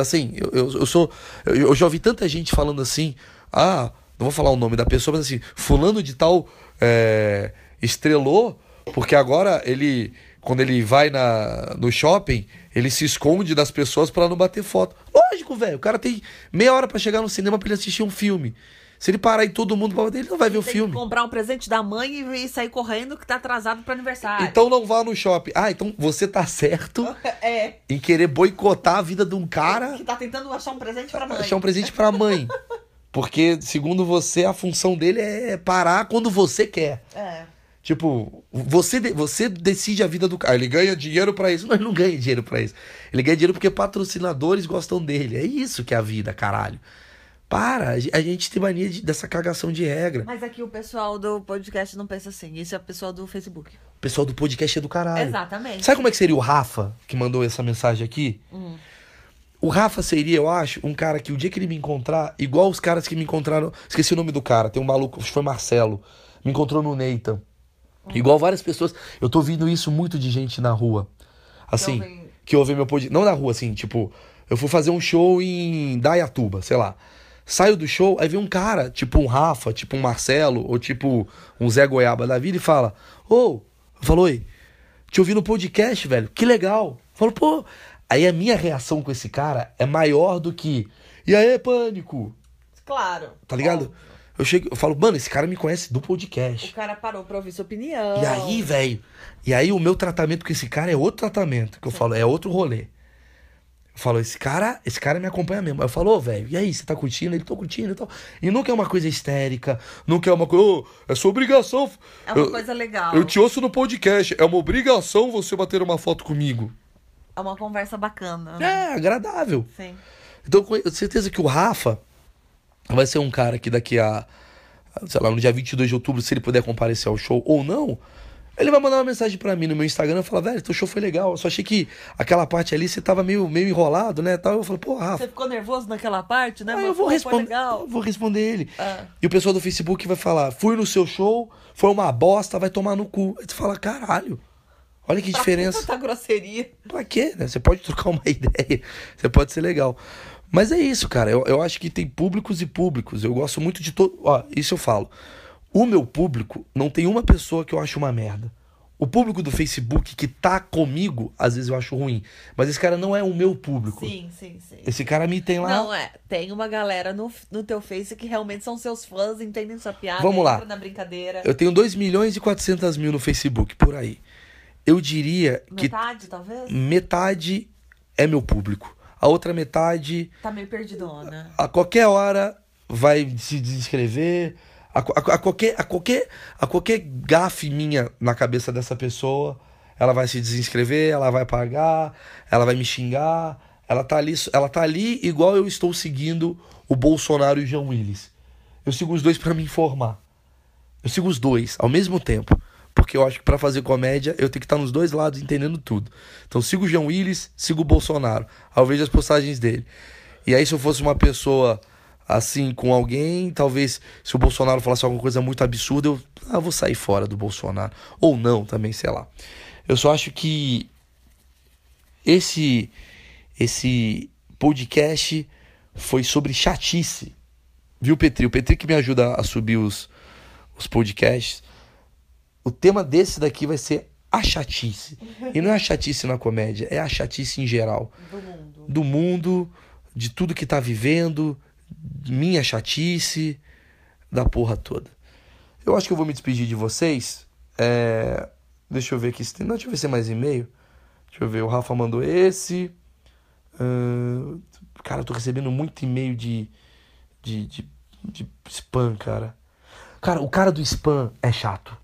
Speaker 1: Assim, eu, eu, eu sou. Eu, eu já ouvi tanta gente falando assim. Ah, não vou falar o nome da pessoa, mas assim, fulano de tal é, estrelou, porque agora ele. Quando ele vai na, no shopping, ele se esconde das pessoas pra não bater foto. Lógico, velho. O cara tem meia hora pra chegar no cinema pra ele assistir um filme. Se ele parar e todo mundo pra bater, ele não vai ver o
Speaker 2: Tem
Speaker 1: filme.
Speaker 2: que comprar um presente da mãe e, e sair correndo que tá atrasado pro aniversário.
Speaker 1: Então não vá no shopping. Ah, então você tá certo
Speaker 2: É,
Speaker 1: em querer boicotar a vida de um cara
Speaker 6: Que tá tentando achar um presente pra mãe.
Speaker 1: achar um presente pra mãe. Porque, segundo você, a função dele é parar quando você quer.
Speaker 6: É.
Speaker 1: Tipo, você, de- você decide a vida do cara. Ele ganha dinheiro pra isso. Não, ele não ganha dinheiro pra isso. Ele ganha dinheiro porque patrocinadores gostam dele. É isso que é a vida, caralho. Para, a ge- a gente tem mania de- dessa cagação de regra.
Speaker 2: Mas aqui o pessoal do podcast não pensa assim. Isso é o pessoal do Facebook.
Speaker 1: O pessoal do podcast é do caralho.
Speaker 2: Exatamente.
Speaker 1: Sabe como é que seria o Rafa que mandou essa mensagem aqui? O Rafa seria, eu acho, um cara que o dia que ele me encontrar, igual os caras que me encontraram. Esqueci o nome do cara, tem um maluco, acho que foi Marcelo. Me encontrou no Nathan. Igual várias pessoas. Eu tô ouvindo isso muito de gente na rua. Assim,
Speaker 2: Que ouvem-
Speaker 1: que ouvem meu podcast. Não na rua, assim, tipo, eu fui fazer um show em Dayatuba, sei lá. Saio do show, aí vem um cara, tipo um Rafa, tipo um Marcelo, ou tipo um Zé Goiaba da vida, e fala: Ô, falou aí, te ouvi no podcast, velho, que legal. Eu Falo, pô. Aí a minha reação com esse cara é maior do que. E aí, pânico?
Speaker 2: Claro.
Speaker 1: Tá ligado?
Speaker 2: Ó,
Speaker 1: Eu chego, eu falo, mano, esse cara me conhece do podcast.
Speaker 7: O cara parou pra ouvir sua opinião.
Speaker 1: E aí, velho. E aí, o meu tratamento com esse cara é outro tratamento. Que eu falo, é outro rolê. Eu falo, esse cara, esse cara me acompanha mesmo. Aí eu falo, ô, velho, e aí, você tá curtindo? Ele, tô curtindo e tal. E nunca é uma coisa histérica, nunca é uma coisa, ô, é sua obrigação.
Speaker 7: É uma
Speaker 1: eu,
Speaker 7: coisa legal.
Speaker 1: eu te ouço no podcast, é uma obrigação você bater uma foto comigo.
Speaker 7: É uma conversa bacana.
Speaker 2: né?
Speaker 1: É, agradável.
Speaker 7: Sim.
Speaker 1: Então, com certeza que o Rafa vai ser um cara que daqui a, sei lá, no dia 22 de outubro, se ele puder comparecer ao show ou não, ele vai mandar uma mensagem pra mim no meu Instagram e falar, velho, teu show foi legal, eu só achei que aquela parte ali você tava meio, meio enrolado, né, tal. Eu falo, pô, Rafa,
Speaker 7: Você ficou nervoso naquela parte, né?
Speaker 1: ah,
Speaker 7: Mas
Speaker 1: eu vou
Speaker 7: pô, foi
Speaker 1: responder,
Speaker 7: legal.
Speaker 1: eu vou responder ele. E o pessoal do Facebook vai falar, fui no seu show, foi uma bosta, vai tomar no cu. Aí tu fala, caralho, olha que diferença.
Speaker 7: Tanta grosseria.
Speaker 1: Pra quê? Né? Você pode trocar uma [laughs] ideia, você pode ser legal. Mas é isso, cara. Eu, eu acho que tem públicos e públicos. Eu gosto muito de todo. Ó, isso eu falo. O meu público não tem uma pessoa que eu acho uma merda. O público do Facebook que tá comigo, às vezes eu acho ruim. Mas esse cara não é o meu público.
Speaker 7: Sim, sim, sim.
Speaker 1: Esse cara me tem lá.
Speaker 7: Não, é. Tem uma galera no, no teu Face que realmente são seus fãs, entendem sua piada,
Speaker 1: Vamos lá.
Speaker 7: entram na brincadeira.
Speaker 1: Eu tenho 2 milhões e 400 mil no Facebook, por aí. Eu diria que
Speaker 7: Metade, talvez?
Speaker 1: metade é meu público. A outra metade
Speaker 7: Tá meio perdidona.
Speaker 1: a qualquer hora vai se desinscrever. A, co- a co- a qualquer, a, qualquer, a qualquer gafe minha na cabeça dessa pessoa, ela vai se desinscrever, ela vai pagar, ela vai me xingar. Ela tá ali, ela tá ali igual eu estou seguindo o Bolsonaro e o Jean Willis. Eu sigo os dois pra me informar. Eu sigo os dois ao mesmo tempo. Porque eu acho que pra fazer comédia eu tenho que estar nos dois lados entendendo tudo. Então sigo o João Willis, sigo o Bolsonaro. Aí eu vejo as postagens dele. E aí, se eu fosse uma pessoa assim com alguém, talvez se o Bolsonaro falasse alguma coisa muito absurda, eu ah, vou sair fora do Bolsonaro. Ou não, também, sei lá. Eu só acho que esse, esse podcast foi sobre chatice. Viu, Petri? O Petri que me ajuda a subir os, os podcasts. O tema desse daqui vai ser a chatice. E não é a chatice na comédia, é a chatice em geral. Do mundo. Do mundo, de tudo que tá vivendo, minha chatice, da porra toda. Eu acho que eu vou me despedir de vocês. É, Deixa eu ver aqui se tem. Não, deixa eu ver se tem mais e-mail. Deixa eu ver. O Rafa mandou esse. Ahn, Cara, eu tô recebendo muito e-mail de, de, de, de spam, cara. Cara, o cara do spam é chato.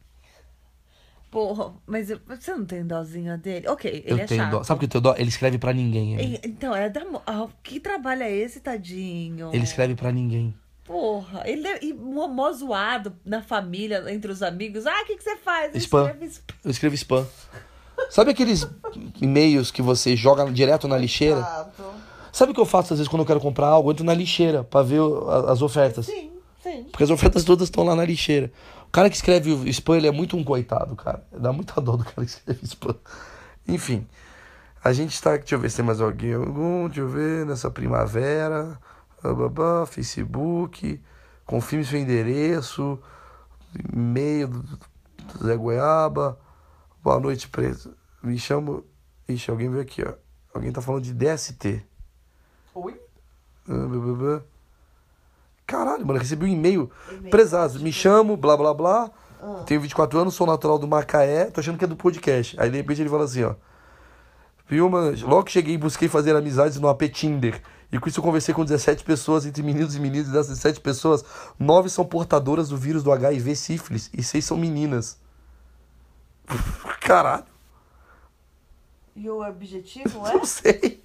Speaker 7: Porra, mas eu- você não tem dozinha dele? Ok, ele
Speaker 1: eu
Speaker 7: é
Speaker 1: tenho
Speaker 7: chato.
Speaker 1: dó. Sabe o que eu tenho dó? Ele escreve pra ninguém. amigo.
Speaker 7: E- Então, é da. mo- Ah, que trabalho é esse, tadinho?
Speaker 1: Ele escreve pra ninguém.
Speaker 7: Porra, ele é e mó, mó zoado na família, entre os amigos. Ah, o que, que você faz?
Speaker 1: Spam.
Speaker 7: Escreve spam.
Speaker 1: Eu escrevo spam. Sabe aqueles e-mails que você joga direto na lixeira?
Speaker 5: Exato.
Speaker 1: Sabe o que eu faço às vezes quando eu quero comprar algo? Eu entro na lixeira pra ver o- a- as ofertas.
Speaker 7: Sim, sim.
Speaker 1: Porque as ofertas todas estão lá na lixeira. O cara que escreve o spam, ele é muito um coitado, cara. Dá muita dó do cara que escreve spam. Enfim. A gente tá. Deixa eu ver se tem mais alguém. Algum, deixa eu ver. Nessa primavera. blá, blá, blá, Facebook. Confirme seu endereço. E-mail do, do Zé Goiaba. Boa noite, preso. Me chamo. Ixi, alguém veio aqui, ó. Alguém tá falando de DST.
Speaker 2: Oi?
Speaker 1: Ah, blá, blá, blá. Caralho, mano, eu recebi um e-mail. Ah. Prezado, me chamo, blá blá blá. Tenho 24 anos, sou natural do Macaé. Tô achando que é do podcast. Aí de repente ele fala assim, ó. Viu, mano? Logo que cheguei, busquei fazer amizades no app Tinder. E com isso eu conversei com 17 pessoas, entre meninos e meninas. E dessas 17 pessoas, 9 são portadoras do vírus do HIV sífilis e 6 são meninas. Caralho,
Speaker 5: E o objetivo é?
Speaker 1: não sei.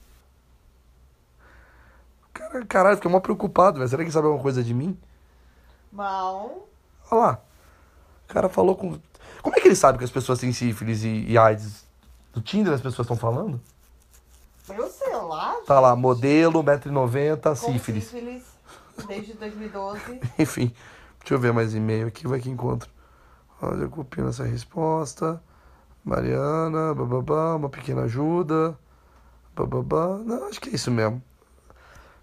Speaker 1: Cara- Caralho, fiquei mó preocupado, velho. Será que ele sabe alguma coisa de mim?
Speaker 5: Mal.
Speaker 1: Olha lá. O cara falou com. Como é que ele sabe que as pessoas têm sífilis e, e AIDS? Do Tinder as pessoas estão falando?
Speaker 5: Eu sei
Speaker 2: lá.
Speaker 1: Tá assim, lá, modelo, 1,90m,
Speaker 5: assim?
Speaker 2: com
Speaker 1: sífilis. [laughs]
Speaker 2: sífilis desde 2012.
Speaker 1: Enfim, deixa eu ver mais e-mail aqui, vai que encontro. Olha, eu copio essa resposta. Mariana, bababá, uma pequena ajuda. Bababá. Não, acho que é isso mesmo.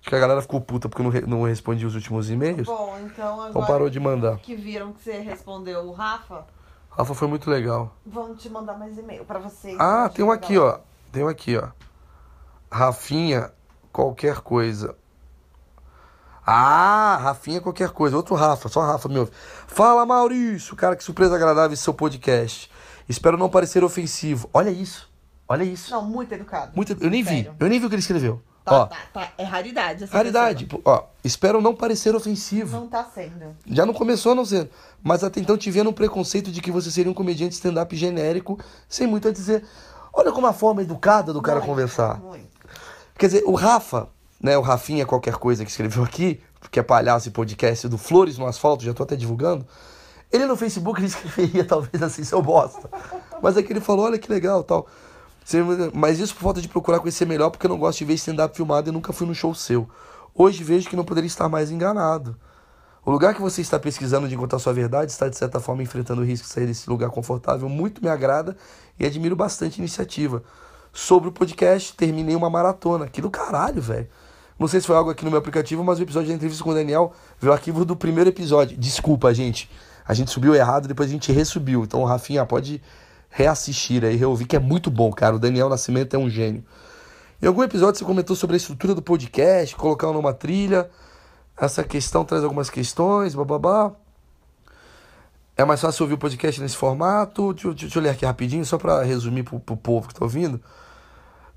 Speaker 1: Acho que a galera ficou puta porque eu não, re- não respondi os últimos e-mails.
Speaker 5: Tá
Speaker 2: Bom, então
Speaker 1: É Então
Speaker 2: agora
Speaker 1: parou de mandar.
Speaker 2: que viram que você respondeu o Rafa,
Speaker 1: Rafa foi muito legal.
Speaker 2: vamos te mandar mais e-mail pra vocês.
Speaker 1: Ah, tem um aqui, ó. Tem um aqui, ó. Rafinha, qualquer coisa. Ah, Rafinha, qualquer coisa. Outro Rafa, só Rafa me ouve. Fala, Maurício. Cara, que surpresa agradável esse seu podcast. Espero não parecer ofensivo. Olha isso. Olha isso.
Speaker 2: Não, muito educado.
Speaker 1: Muito, eu nem vi.
Speaker 2: Sério.
Speaker 1: Eu nem vi o que ele escreveu.
Speaker 2: Tá,
Speaker 1: ó,
Speaker 2: tá, tá. É raridade essa
Speaker 1: raridade. Pô, Ó, espero não parecer
Speaker 2: pessoa.
Speaker 1: ofensivo.
Speaker 2: Não tá sendo.
Speaker 1: Já não começou a não ser. Mas até então te via num preconceito de que você seria um comediante stand-up genérico, sem muito a dizer. Olha como a forma educada do cara
Speaker 5: é.
Speaker 1: conversar.
Speaker 2: Muito.
Speaker 1: Quer dizer, o Rafa, né? O Rafinha, qualquer coisa que escreveu aqui, que é palhaço e podcast do Flores no Asfalto, já tô até divulgando. Ele no Facebook ele [laughs] escreveria, talvez assim, seu bosta. Mas é que ele falou, olha que legal tal. Você- Mas isso por falta de procurar conhecer melhor, porque eu não gosto de ver stand-up filmado e nunca fui num show seu. Hoje vejo que não poderia estar mais enganado. O lugar que você está pesquisando de encontrar sua verdade está, de certa forma, enfrentando o risco de sair desse lugar confortável. Muito me agrada e admiro bastante a iniciativa. Sobre o podcast, terminei uma maratona. Que do caralho, velho. Não sei se foi algo aqui no meu aplicativo, mas o episódio da entrevista com o Daniel veio o arquivo do primeiro episódio. Desculpa, gente. A gente subiu errado, depois a gente ressubiu. Então, Rafinha, pode reassistir aí, reouvir, que é muito bom, cara. O Daniel Nascimento é um gênio. Em algum episódio você comentou sobre a estrutura do podcast, colocar numa trilha. Essa questão traz algumas questões, bababá. É mais fácil ouvir o podcast nesse formato. Deixa, eu- deixa eu ler aqui rapidinho, só para resumir pro, pro povo que tá ouvindo.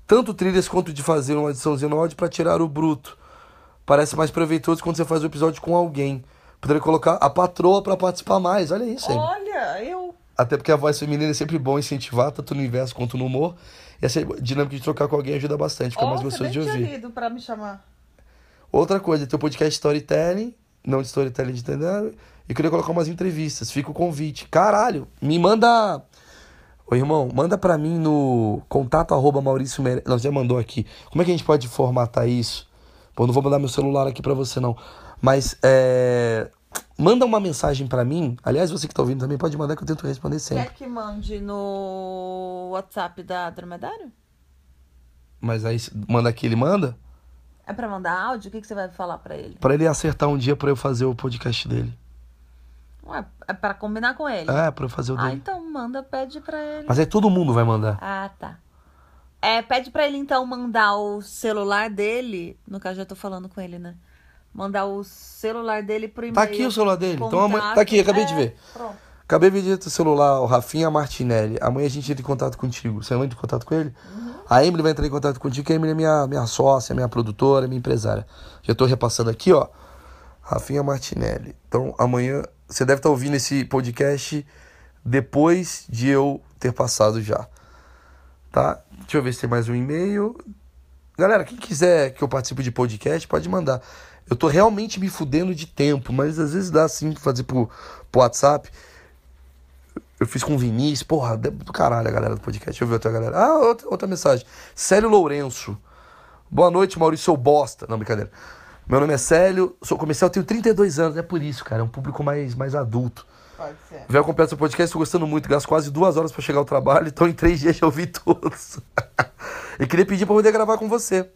Speaker 1: Tanto trilhas quanto de fazer uma ediçãozinha no áudio para tirar o bruto. Parece mais proveitoso quando você faz o episódio com alguém. Poderia colocar a patroa para participar mais. Olha isso aí.
Speaker 2: Olha, eu.
Speaker 1: Até porque a voz feminina é sempre bom incentivar, tanto no universo quanto no humor. E essa dinâmica de trocar com alguém ajuda bastante, fica mais
Speaker 2: Ó, você
Speaker 1: gostoso
Speaker 2: nem
Speaker 1: de
Speaker 2: tinha
Speaker 1: ouvir.
Speaker 2: lido pra me chamar.
Speaker 1: Outra coisa, teu podcast storytelling, não de storytelling de stand-up, e queria colocar umas entrevistas. Fica o convite. Caralho, me manda. Ô irmão, manda pra mim no contato arroba Maurício Mere... Não, já mandou aqui. Como é que a gente pode formatar isso? Pô, não vou mandar meu celular aqui pra você não. Mas é. Manda uma mensagem pra mim. Aliás, você que tá ouvindo também pode mandar que eu tento responder sempre.
Speaker 2: Quer que mande no WhatsApp da Dromedário?
Speaker 1: Mas aí manda aqui, ele manda?
Speaker 2: É pra mandar áudio? O que, que você vai falar pra ele?
Speaker 1: Pra ele acertar um dia pra eu fazer o podcast dele.
Speaker 2: Ué, é pra combinar com ele.
Speaker 1: É, pra eu fazer o
Speaker 2: Ah,
Speaker 1: dele.
Speaker 2: então manda, pede pra ele.
Speaker 1: Mas aí todo mundo vai mandar.
Speaker 2: Ah, tá. É, pede pra ele então mandar o celular dele. No caso, já tô falando com ele, né? Mandar o celular dele pro e-mail.
Speaker 1: Tá aqui o celular dele. Então amanhã.
Speaker 2: contato.
Speaker 1: Tá aqui, acabei de
Speaker 2: É,
Speaker 1: ver.
Speaker 2: Pronto.
Speaker 1: Acabei de ver teu celular, o Rafinha Martinelli. Amanhã a gente entra em contato contigo. Você entra em contato com ele?
Speaker 2: Uhum.
Speaker 1: A Emily vai entrar em contato contigo, que a Emily é minha, minha sócia, minha produtora, minha empresária. Já tô repassando aqui, ó. Rafinha Martinelli. Então amanhã. Você deve estar ouvindo esse podcast depois de eu ter passado já. Tá? Deixa eu ver se tem mais um e-mail. Galera, quem quiser que eu participe de podcast, pode mandar. Eu tô realmente me fudendo de tempo, mas às vezes dá assim pra fazer pro, pro WhatsApp. Eu fiz com o Vinícius, porra, de- do caralho a galera do podcast. Deixa eu ver outra galera. Ah, outra, outra mensagem. Célio Lourenço. Boa noite, Maurício, seu bosta. Não, brincadeira. Meu nome é Célio, sou comercial, tenho 32 anos, é por isso, cara, é um público mais, mais adulto.
Speaker 2: Pode ser.
Speaker 1: Véu completo seu podcast, tô gostando muito. Gasto quase duas horas pra chegar ao trabalho, então em três dias já ouvi todos. [laughs] e queria pedir pra poder gravar com você.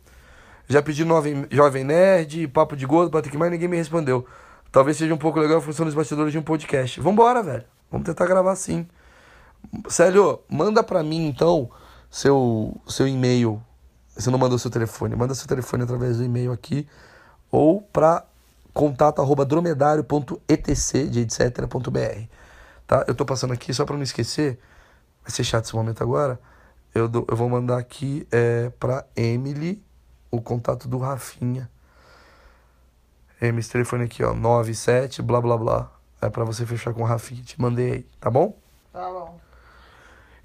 Speaker 1: Já pedi Novem- Jovem Nerd, Papo de Gordo, Patrick Maia, ninguém me respondeu. Talvez seja um pouco legal a função dos bastidores de um podcast. Vambora, velho. Vamos tentar gravar sim. Célio, manda pra mim então seu, seu e-mail. Você não mandou seu telefone. Manda seu telefone através do e-mail aqui ou pra contato@dromedario.etc de etc.br. Tá? Eu tô passando aqui só pra não esquecer. Vai ser chato esse momento agora. Eu, dou- eu vou mandar aqui é, pra Emily o contato do Rafinha. Emily, esse telefone aqui, ó, 97, blá blá blá. É pra você fechar com o Rafinha. Te mandei aí, tá bom?
Speaker 2: Tá bom.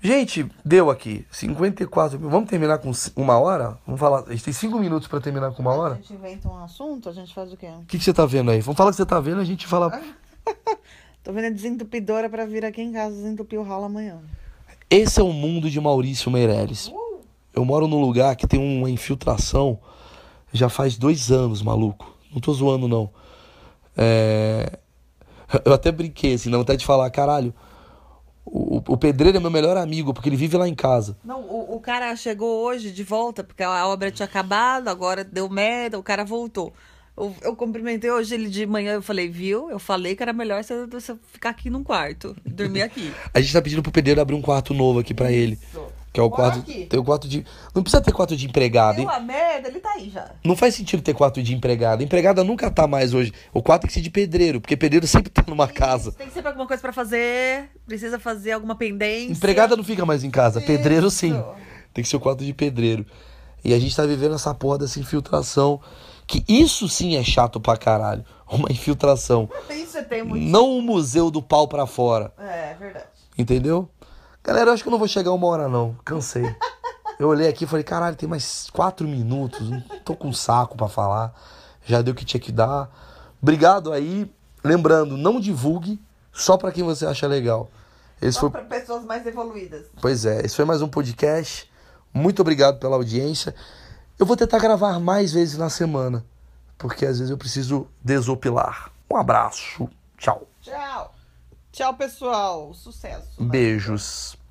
Speaker 1: Gente, deu aqui 54 mil. Vamos terminar com ci- uma hora? Vamos falar. A gente tem cinco minutos pra terminar com uma
Speaker 5: A
Speaker 1: hora?
Speaker 5: gente inventa um assunto, a gente faz o quê?
Speaker 1: O que, que você tá vendo aí? Vamos falar o que você tá vendo a gente fala.
Speaker 5: Tô vendo a desentupidora pra vir aqui em casa desentupir o ralo amanhã.
Speaker 1: Esse é o mundo de Maurício Meirelles. Eu moro num lugar que tem uma infiltração já faz dois anos, maluco. Não tô zoando, não. É... Eu até brinquei, assim, não até de falar, caralho. O, o pedreiro é meu melhor amigo, porque ele vive lá em casa.
Speaker 2: Não, o, o cara chegou hoje de volta, porque a obra tinha acabado, agora deu merda, o cara voltou. Eu, eu cumprimentei hoje ele de manhã, eu falei, viu? Eu falei que era melhor você, você ficar aqui num quarto, dormir
Speaker 1: [laughs]
Speaker 2: aqui.
Speaker 1: A gente tá pedindo pro pedreiro abrir um quarto novo aqui pra ele. Que é o
Speaker 5: Bora
Speaker 1: quarto.
Speaker 5: aqui.
Speaker 1: Tem o quarto de. Não precisa ter quarto de empregado, hein?
Speaker 5: Deu a merda, ele tá aí já.
Speaker 1: Não faz sentido ter quarto de empregada. Empregada nunca tá mais hoje. O quarto tem que ser de pedreiro, porque pedreiro sempre tá numa casa.
Speaker 2: Tem sempre alguma coisa pra fazer, precisa fazer alguma pendência.
Speaker 1: Empregada não fica mais em casa, pedreiro sim. Tem que ser o quarto de pedreiro. E a gente tá vivendo essa porra dessa infiltração. Que isso sim é chato pra caralho. Uma infiltração.
Speaker 5: Isso tem muito.
Speaker 1: Não o museu do pau pra fora.
Speaker 5: É, é verdade.
Speaker 1: Entendeu? Galera, eu acho que eu não vou chegar uma hora, não. Cansei. Eu olhei aqui e falei, caralho, tem mais quatro minutos. Não tô com saco pra falar. Já deu o que tinha que dar. Obrigado aí. Lembrando, não divulgue só pra quem você acha legal. Esse
Speaker 5: Só
Speaker 1: foi...
Speaker 5: pra pessoas mais evoluídas.
Speaker 1: Pois é, esse foi mais um podcast. Muito obrigado pela audiência. Eu vou tentar gravar mais vezes na semana, porque às vezes eu preciso desopilar. Um abraço. Tchau. Um
Speaker 5: Tchau. Tchau, pessoal. Sucesso.
Speaker 1: Beijos.